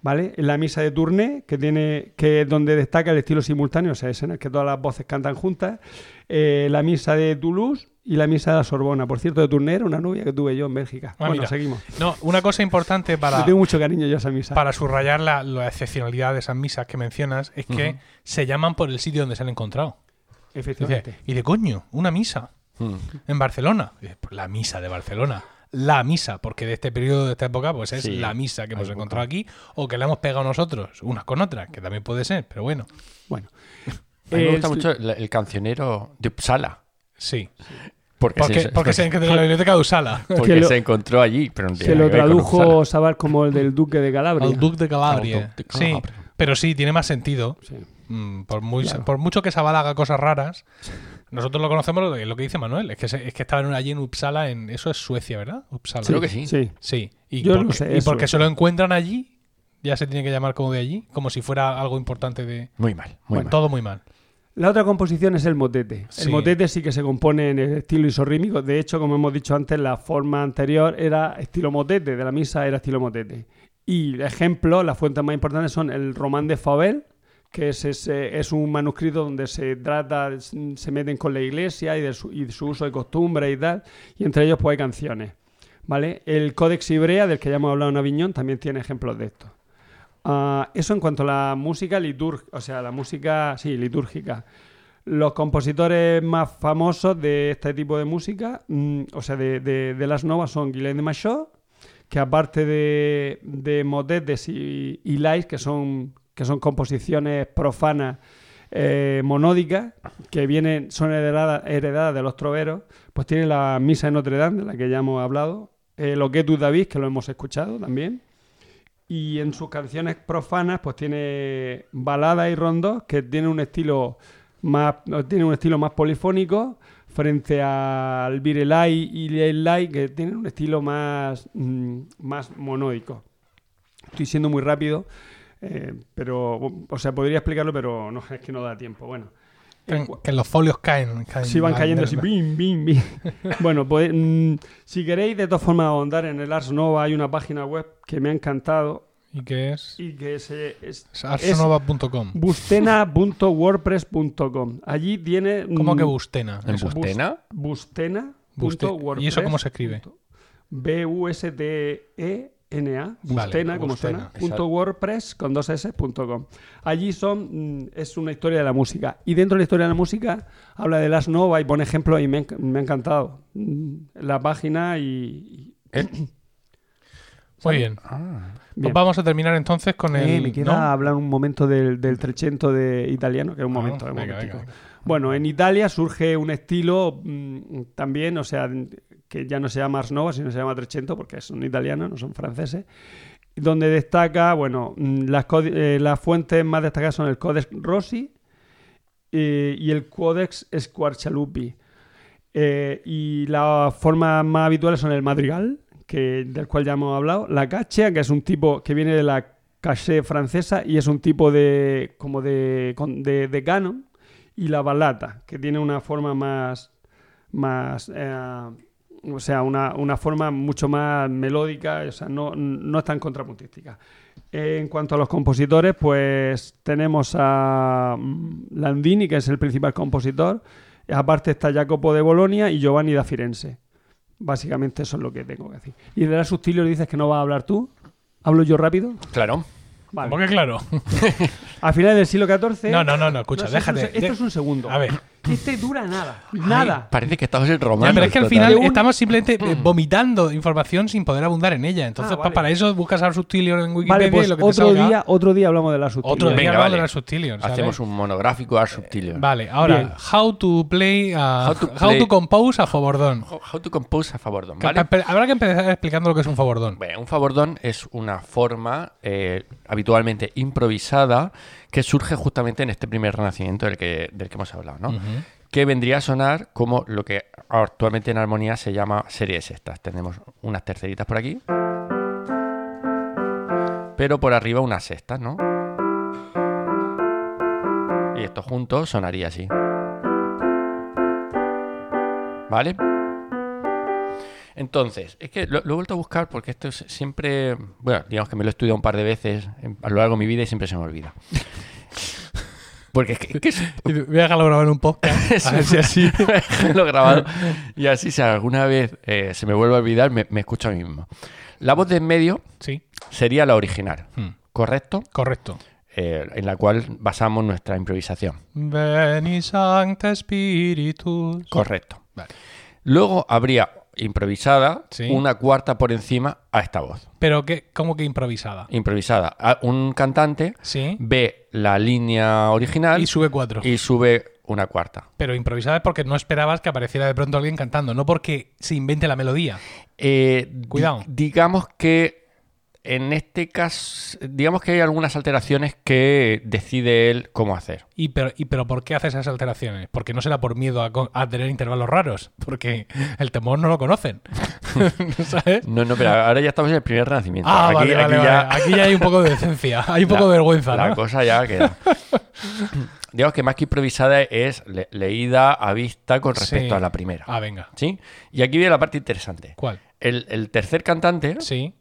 Speaker 2: ¿vale? En la misa de Tourné, que tiene que es donde destaca el estilo simultáneo, o sea, es en el que todas las voces cantan juntas, Eh, la misa de Toulouse y la misa de la Sorbona. Por cierto, de Tourné era una novia que tuve yo en Bélgica.
Speaker 1: Ah,
Speaker 2: bueno,
Speaker 1: mira.
Speaker 2: seguimos.
Speaker 1: No, una cosa importante para...
Speaker 2: Le tengo mucho cariño yo a esa misa.
Speaker 1: para subrayar la, la excepcionalidad de esas misas que mencionas, es que se llaman por el sitio donde se han encontrado. Dice,
Speaker 2: Efectivamente.
Speaker 1: y de coño, una misa
Speaker 3: Mm.
Speaker 1: en Barcelona. Dice, "Pues la misa de Barcelona. La misa, porque de este periodo, de esta época, pues es
Speaker 3: Sí,
Speaker 1: la misa que hemos
Speaker 3: hay poca.
Speaker 1: encontrado aquí o que la hemos pegado nosotros, unas con otras, que también puede ser, pero bueno,
Speaker 2: Bueno.
Speaker 3: A
Speaker 1: Eh,
Speaker 3: mí me
Speaker 2: El-
Speaker 3: gusta mucho el, el cancionero de Uppsala.
Speaker 1: sí.
Speaker 3: Porque,
Speaker 1: Porque,
Speaker 3: se, (laughs)
Speaker 1: porque se han encontrado en la biblioteca de Usala.
Speaker 3: porque
Speaker 2: Que lo-
Speaker 3: se encontró allí. Pero no tiene
Speaker 2: Se lo
Speaker 3: nada que ver con
Speaker 2: tradujo Sabar como el del Duque de Calabria.
Speaker 1: Al Duc de Calabria.
Speaker 3: Al Duc de
Speaker 1: Sí,
Speaker 3: Calabria.
Speaker 1: pero sí, tiene más sentido.
Speaker 2: Sí.
Speaker 1: Mm, por, muy- por mucho que Sabal haga cosas raras, nosotros lo conocemos lo, que- lo que dice Manuel, es que, se- es que estaban allí en Uppsala, en, eso es Suecia, ¿verdad? Uppsala.
Speaker 3: Creo que sí.
Speaker 2: Sí.
Speaker 1: Sí. Y,
Speaker 2: Yo lo
Speaker 1: porque,
Speaker 2: sé, eh.
Speaker 1: y
Speaker 2: es
Speaker 1: porque se
Speaker 2: Suecia.
Speaker 1: lo encuentran allí, ya se tiene que llamar como de allí, como si fuera algo importante de...
Speaker 3: Muy mal, muy
Speaker 1: Bueno, todo muy mal.
Speaker 2: La otra composición es el motete.
Speaker 1: Sí.
Speaker 2: El motete sí que se compone en el estilo isorrímico. De hecho, como hemos dicho antes, la forma anterior era estilo motete, de la misa era estilo motete. Y ejemplo, las fuentes más importantes son el román de Fabel, que es, ese- es un manuscrito donde se trata, se meten con la iglesia y de su, y de su uso de costumbre y tal, y entre ellos pues hay canciones. ¿Vale? El Códex Ibrea, del que ya hemos hablado en Aviñón, también tiene ejemplos de esto. Ah, eso en cuanto a la música litúrgica, o sea, la música, sí, litúrgica. Los compositores más famosos de este tipo de música, mm, o sea, de, de- de las novas son Guilherme de Machot, que aparte de, de motetes y, y lais, que son, que son composiciones profanas eh, monódicas, que vienen, son heredadas, heredadas de los troveros, pues tiene la Misa de Notre Dame, de la que ya hemos hablado, eh, Lo que tú David, que lo hemos escuchado también, y en sus canciones profanas, pues tiene baladas y rondos que tienen un estilo más, tiene un estilo más polifónico frente al Virelai y el Lai que tienen un estilo más, mm, más monódico. Estoy siendo muy rápido, eh, pero, o sea, podría explicarlo, pero no, es que no da tiempo. Bueno,
Speaker 1: Que, que los folios caen. caen
Speaker 2: si van
Speaker 1: mal,
Speaker 2: cayendo
Speaker 1: de
Speaker 2: así,
Speaker 1: verdad.
Speaker 2: bim, bim, bim. bueno, pues, mm, si queréis de todas formas ahondar en el Ars Nova, hay una página web que me ha encantado
Speaker 1: ¿Y qué es?
Speaker 2: y que se, es
Speaker 1: Es Arsonova.com.
Speaker 2: bustena.wordpress.com. Allí tiene... mm,
Speaker 1: ¿Cómo que Bustena?
Speaker 3: ¿En
Speaker 1: Eso.
Speaker 2: Bus-
Speaker 3: Bustena?
Speaker 2: Bustena.
Speaker 1: Buste- ¿Y eso cómo se escribe?
Speaker 2: B-U-S-T-E-N-A. E Bustena, como
Speaker 1: Bustena,
Speaker 2: suena.
Speaker 3: exacto.
Speaker 2: punto WordPress con dos S, punto com. Allí son, mm, es una historia de la música. Y dentro de la historia de la música habla de las Nova y pone ejemplos y me, ha enc- me ha encantado. Mm, La página y. y-
Speaker 1: Muy bien.
Speaker 3: Ah.
Speaker 1: Pues
Speaker 2: bien.
Speaker 1: vamos a terminar entonces con el.
Speaker 2: Eh, me
Speaker 1: ¿no?
Speaker 2: queda hablar un momento del, del Trecento de italiano, que es un
Speaker 1: Ah,
Speaker 2: momento. un
Speaker 1: venga,
Speaker 2: momentico.
Speaker 1: venga,
Speaker 2: Bueno, en Italia surge un estilo mm, también, o sea, que ya no se llama Ars Nova, sino se llama Trecento, porque son italianos, no son franceses, donde destaca, bueno, mm, las, codi- eh, las fuentes más destacadas son el Codex Rossi eh, y el Codex Squarcialupi. Eh, y las formas más habituales son el madrigal, que, del cual ya hemos hablado, la cachea, que es un tipo que viene de la caché francesa y es un tipo de como de, con- de, de canon, y la balata, que tiene una forma más, más eh, o sea, una, una forma mucho más melódica, o sea, no, no es tan contrapuntística. En cuanto a los compositores, pues tenemos a mm, Landini, que es el principal compositor, aparte está Jacopo de Bolonia y Giovanni da Firenze. Básicamente eso es lo que tengo que decir. Y de las subtilios dices que no vas a hablar tú. ¿Hablo yo rápido?
Speaker 3: Claro.
Speaker 2: Vale.
Speaker 1: Porque claro.
Speaker 2: A finales del siglo XIV...
Speaker 1: No, no, no, no, escucha,
Speaker 2: No, esto es un
Speaker 1: déjate.
Speaker 2: se- Esto
Speaker 1: de-
Speaker 2: es un segundo.
Speaker 1: A ver.
Speaker 2: Este dura nada. Nada.
Speaker 3: Ay, parece que estamos en
Speaker 1: Ya,
Speaker 3: romano.
Speaker 1: pero es que al
Speaker 3: total.
Speaker 1: final
Speaker 2: un-
Speaker 1: estamos simplemente eh,
Speaker 3: Mm.
Speaker 1: vomitando información sin poder abundar en ella. Entonces,
Speaker 2: Ah,
Speaker 1: pa-
Speaker 2: vale.
Speaker 1: para eso buscas al subtilio en Wikipedia
Speaker 2: vale, pues
Speaker 1: y lo que te
Speaker 2: otro
Speaker 1: salga.
Speaker 2: día, otro día hablamos de la sutileza.
Speaker 1: Otro día
Speaker 3: Venga,
Speaker 1: hablamos
Speaker 3: vale.
Speaker 1: de la subtilio. ¿sale?
Speaker 3: Hacemos un monográfico a subtilio.
Speaker 1: Vale, ahora,
Speaker 2: Bien.
Speaker 1: how to play a-
Speaker 3: How
Speaker 1: how,
Speaker 3: to
Speaker 1: to
Speaker 3: play-
Speaker 1: compose a favordón.
Speaker 3: How how to compose a favordón,
Speaker 1: Que-
Speaker 3: ¿vale?
Speaker 1: pe- Habrá que empezar explicando lo que es un favordón.
Speaker 3: Bueno, un favordón es una forma eh, habitualmente improvisada que surge justamente en este primer renacimiento del que, del que hemos hablado, ¿no? Que vendría a sonar como lo que actualmente en armonía se llama series sextas. Tenemos unas terceritas por aquí, pero por arriba unas sextas, ¿no? Y esto juntos sonaría así. ¿Vale? Entonces, es que lo, lo he vuelto a buscar porque esto es siempre, bueno, digamos que me lo he estudiado un par de veces en- a lo largo de mi vida y siempre se me
Speaker 1: (laughs)
Speaker 3: olvida. Porque es que, es que es-
Speaker 1: Y Voy a dejarlo grabar en un
Speaker 3: (laughs)
Speaker 1: podcast. a ver si Ah, así.
Speaker 3: lo he grabado y así si alguna vez eh, se me vuelve a olvidar, me, me escucho a mí mismo. La voz de en medio
Speaker 1: Sí,
Speaker 3: sería la original,
Speaker 1: Hmm.
Speaker 3: ¿correcto?
Speaker 1: correcto.
Speaker 3: Eh, en la cual basamos nuestra improvisación.
Speaker 1: Veni Sancta Spiritus.
Speaker 3: Correcto.
Speaker 1: Vale.
Speaker 3: Luego habría improvisada
Speaker 1: Sí.
Speaker 3: una cuarta por encima a esta voz.
Speaker 1: Pero que, como que improvisada.
Speaker 3: Improvisada. A- Un cantante
Speaker 1: Sí.
Speaker 3: ve la línea original
Speaker 1: Y sube cuatro.
Speaker 3: y sube una cuarta.
Speaker 1: Pero improvisada es porque no esperabas que apareciera de pronto alguien cantando, no porque se invente la melodía.
Speaker 3: Eh, di-
Speaker 1: Cuidado.
Speaker 3: digamos que En este caso, digamos que hay algunas alteraciones que decide él cómo hacer.
Speaker 1: ¿Y pero, y pero por qué hace esas alteraciones? Porque no será por miedo a, co- a tener intervalos raros, porque el temor no lo conocen. (laughs) ¿Sabes?
Speaker 3: No, no, pero ahora ya estamos en el primer renacimiento.
Speaker 1: Ah,
Speaker 3: Aquí-
Speaker 1: vale,
Speaker 3: aquí
Speaker 1: vale,
Speaker 3: ya-
Speaker 1: vale. Aquí ya hay un poco de decencia, hay un poco
Speaker 3: La-
Speaker 1: de vergüenza,
Speaker 3: La
Speaker 1: ¿no?
Speaker 3: cosa ya
Speaker 1: (laughs)
Speaker 3: queda. digamos que más que improvisada es le- leída a vista con respecto
Speaker 1: Sí.
Speaker 3: a la primera.
Speaker 1: Ah, venga.
Speaker 3: ¿Sí? Y aquí viene la parte interesante.
Speaker 1: ¿Cuál?
Speaker 3: El, el tercer cantante
Speaker 1: Sí.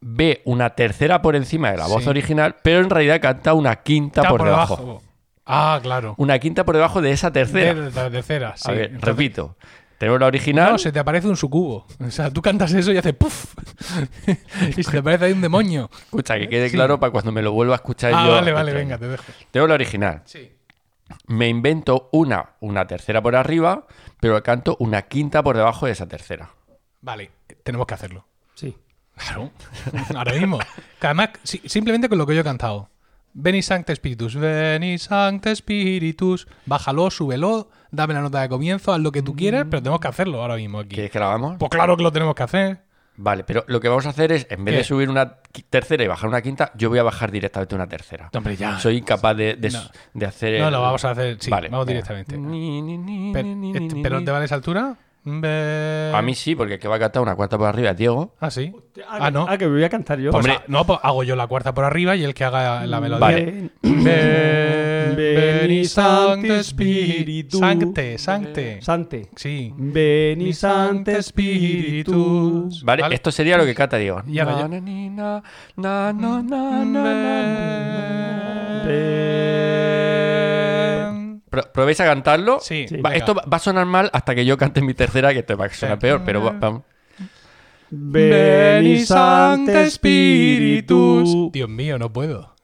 Speaker 3: ve una tercera por encima de la voz
Speaker 1: Sí.
Speaker 3: original, pero en realidad canta una quinta
Speaker 1: Está
Speaker 3: por, debajo.
Speaker 1: Ah, claro.
Speaker 3: Una quinta por debajo de esa tercera.
Speaker 1: De, de- de cera, sí.
Speaker 3: a ver,
Speaker 1: Entonces-
Speaker 3: repito. Tenemos la original.
Speaker 1: No, se te aparece un sucubo. O sea, tú cantas eso y hace puff. (laughs) y se te aparece ahí un demonio.
Speaker 3: Escucha, que quede
Speaker 1: Sí.
Speaker 3: claro para cuando me lo vuelva a escuchar
Speaker 1: Ah,
Speaker 3: yo.
Speaker 1: vale, vale,
Speaker 3: Otra
Speaker 1: venga,
Speaker 3: vez.
Speaker 1: te dejo.
Speaker 3: Tengo la original.
Speaker 1: Sí.
Speaker 3: me invento una, una tercera por arriba, pero canto una quinta por debajo de esa tercera.
Speaker 1: Vale, tenemos que hacerlo.
Speaker 2: Sí.
Speaker 1: Claro. (laughs) Ahora mismo. Que además, si- simplemente con lo que yo he cantado. Veni Sancte Spiritus, Veni Sancte Spiritus. Bájalo, súbelo, dame la nota de comienzo, haz lo
Speaker 3: Mm.
Speaker 1: que tú quieras, pero tenemos que hacerlo ahora mismo aquí.
Speaker 3: ¿Quieres que la hagamos?
Speaker 1: Pues claro que lo tenemos que hacer.
Speaker 3: Vale, pero lo que vamos a hacer es, en vez
Speaker 1: ¿Qué?
Speaker 3: de subir una qui- tercera y bajar una quinta, yo voy a bajar directamente una tercera.
Speaker 1: Hombre, ya.
Speaker 3: Soy incapaz de, de-
Speaker 1: No.
Speaker 3: de hacer...
Speaker 1: No,
Speaker 3: el-
Speaker 1: lo vamos a hacer, sí,
Speaker 3: Vale,
Speaker 1: vamos
Speaker 3: venga.
Speaker 1: directamente. este
Speaker 3: Ni, ni, ni,
Speaker 1: Pero,
Speaker 3: ni,
Speaker 1: et-
Speaker 3: ni,
Speaker 1: ¿pero
Speaker 3: ni.
Speaker 1: te vale esa altura? Ve-
Speaker 3: A mí sí, porque el que va a cantar una cuarta por arriba es Diego.
Speaker 1: Ah, sí. Ah, no.
Speaker 2: Ah, que voy a cantar yo. Pues,
Speaker 1: Pues,
Speaker 3: Hombre.
Speaker 1: ah, no, pues hago yo la cuarta por arriba y el que haga
Speaker 3: Mm.
Speaker 1: la melodía.
Speaker 3: Vale.
Speaker 1: Ve-
Speaker 2: Veni Sancte
Speaker 1: Spiritu.
Speaker 2: Spiritu.
Speaker 1: Sancte, sancte.
Speaker 2: Sante.
Speaker 1: Sí.
Speaker 2: Veni Sante
Speaker 1: Spiritus.
Speaker 2: Spiritus.
Speaker 3: Vale,
Speaker 1: Vale.
Speaker 3: esto sería lo que canta Diego.
Speaker 1: Y ahora yo.
Speaker 3: Na, na, ni, na, na, na, na, na, na.
Speaker 1: Ven.
Speaker 3: Pro- ¿Probéis a cantarlo?
Speaker 1: Sí.
Speaker 2: Sí.
Speaker 3: Va-
Speaker 1: venga.
Speaker 3: esto va va a sonar mal hasta que yo cante mi tercera, que te va a sonar
Speaker 1: Sí.
Speaker 3: peor, pero va- vamos.
Speaker 2: Veni Sante Spiritus.
Speaker 1: Dios mío, no puedo.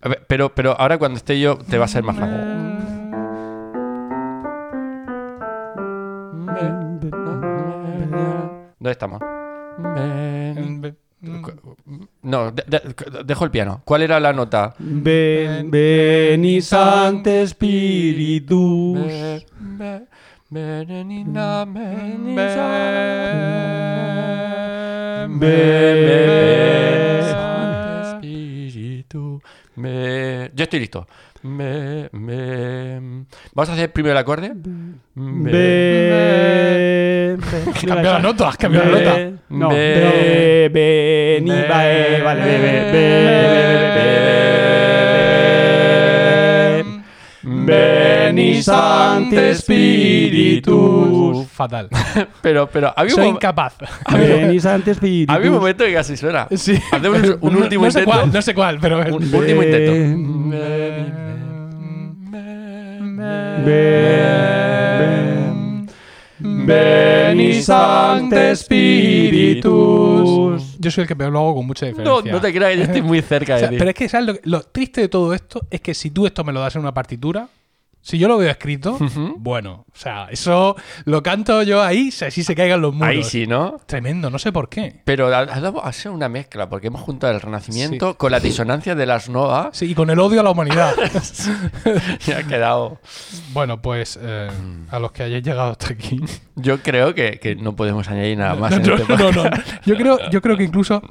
Speaker 3: A ver, pero, pero ahora cuando esté yo te va a ser más fácil. ¿Dónde estamos? No, de- de- dejo el piano. ¿Cuál era la nota?
Speaker 2: Ven, veni Sante Spiritus.
Speaker 3: Yo estoy listo. Vamos a hacer primero el acorde.
Speaker 2: Ven.
Speaker 1: (laughs) Has cambiado la nota, has cambiado la nota.
Speaker 2: Ve- No, ve-
Speaker 3: Ve-
Speaker 2: veni, vae, eh, vale, ve- ve- ve- ve-
Speaker 3: Veni
Speaker 2: Sancte Spiritus.
Speaker 1: Fatal.
Speaker 3: Pero, pero, había un,
Speaker 1: Soy
Speaker 3: mom-
Speaker 1: incapaz.
Speaker 2: ve- Veni Sancte Spiritus.
Speaker 3: había un momento que casi suena.
Speaker 1: Sí. (laughs)
Speaker 3: Hacemos un, un
Speaker 1: No-
Speaker 3: último
Speaker 1: no sé
Speaker 3: intento.
Speaker 1: cuál, no sé cuál, pero.
Speaker 3: Un
Speaker 2: Ve-
Speaker 3: último
Speaker 2: Ve-
Speaker 3: intento.
Speaker 2: ve- Veni Sancte Spiritus.
Speaker 1: Yo soy el que peor lo hago con mucha
Speaker 3: No,
Speaker 1: diferencia.
Speaker 3: no te creas, yo estoy muy cerca
Speaker 1: O sea,
Speaker 3: de ti.
Speaker 1: pero es que, ¿sabes lo, que- lo triste de todo esto? Es que si tú esto me lo das en una partitura, si yo lo veo escrito,
Speaker 3: (laughs) ¿Mm?
Speaker 1: bueno, o sea, eso lo canto yo ahí, si así se caigan los muros.
Speaker 3: Ahí sí, ¿no?
Speaker 1: Tremendo, no sé por qué.
Speaker 3: Pero ha, ha- ha sido una mezcla, porque hemos juntado el renacimiento con la disonancia de las novas
Speaker 1: Sí, y con el odio a la
Speaker 3: (laughs)
Speaker 1: humanidad.
Speaker 3: y ha quedado.
Speaker 1: bueno, pues eh,
Speaker 3: Mm.
Speaker 1: a los que hayáis llegado hasta aquí.
Speaker 3: Yo creo que, que no podemos añadir nada
Speaker 1: (laughs)
Speaker 3: más.
Speaker 1: No,
Speaker 3: en
Speaker 1: no,
Speaker 3: este
Speaker 1: no,
Speaker 3: podcast.
Speaker 1: no. Yo creo, yo creo que incluso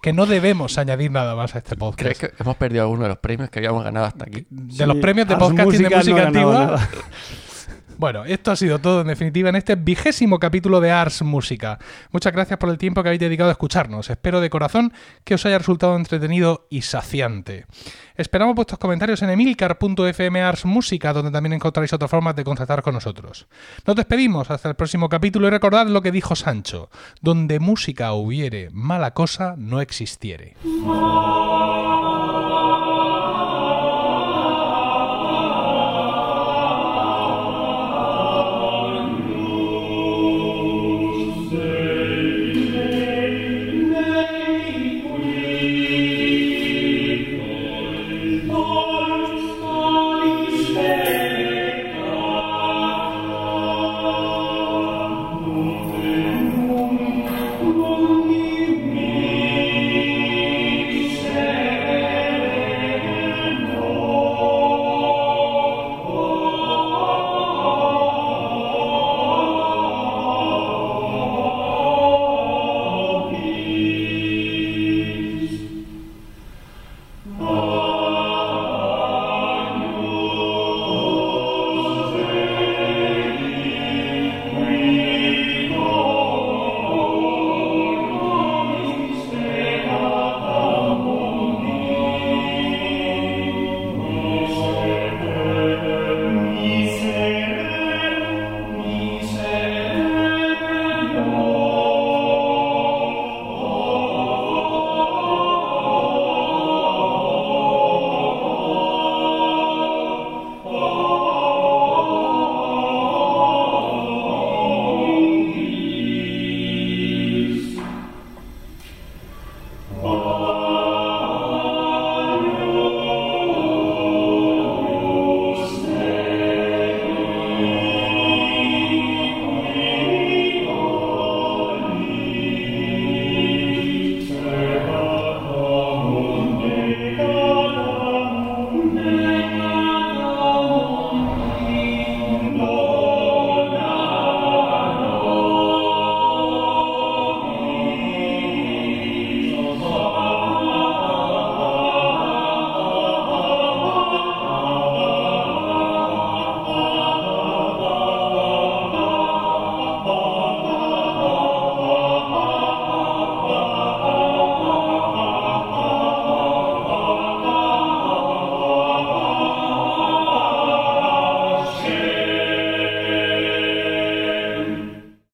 Speaker 1: que no debemos añadir nada más a este podcast.
Speaker 3: ¿Crees que hemos perdido alguno de los premios que habíamos ganado hasta aquí?
Speaker 1: De
Speaker 2: Sí,
Speaker 1: los premios de
Speaker 2: Ars
Speaker 1: podcasting de
Speaker 2: Música no
Speaker 1: música
Speaker 2: ha ganado
Speaker 1: antigua.
Speaker 2: nada.
Speaker 1: (laughs) Bueno, esto ha sido todo en definitiva en este vigésimo capítulo de Ars Música. Muchas gracias por el tiempo que habéis dedicado a escucharnos. Espero de corazón que os haya resultado entretenido y saciante. Esperamos vuestros comentarios en emilcar.fm Ars Música, donde también encontraréis otras formas de contactar con nosotros. Nos despedimos hasta el próximo capítulo y recordad lo que dijo Sancho: donde música hubiere, mala cosa no existiere.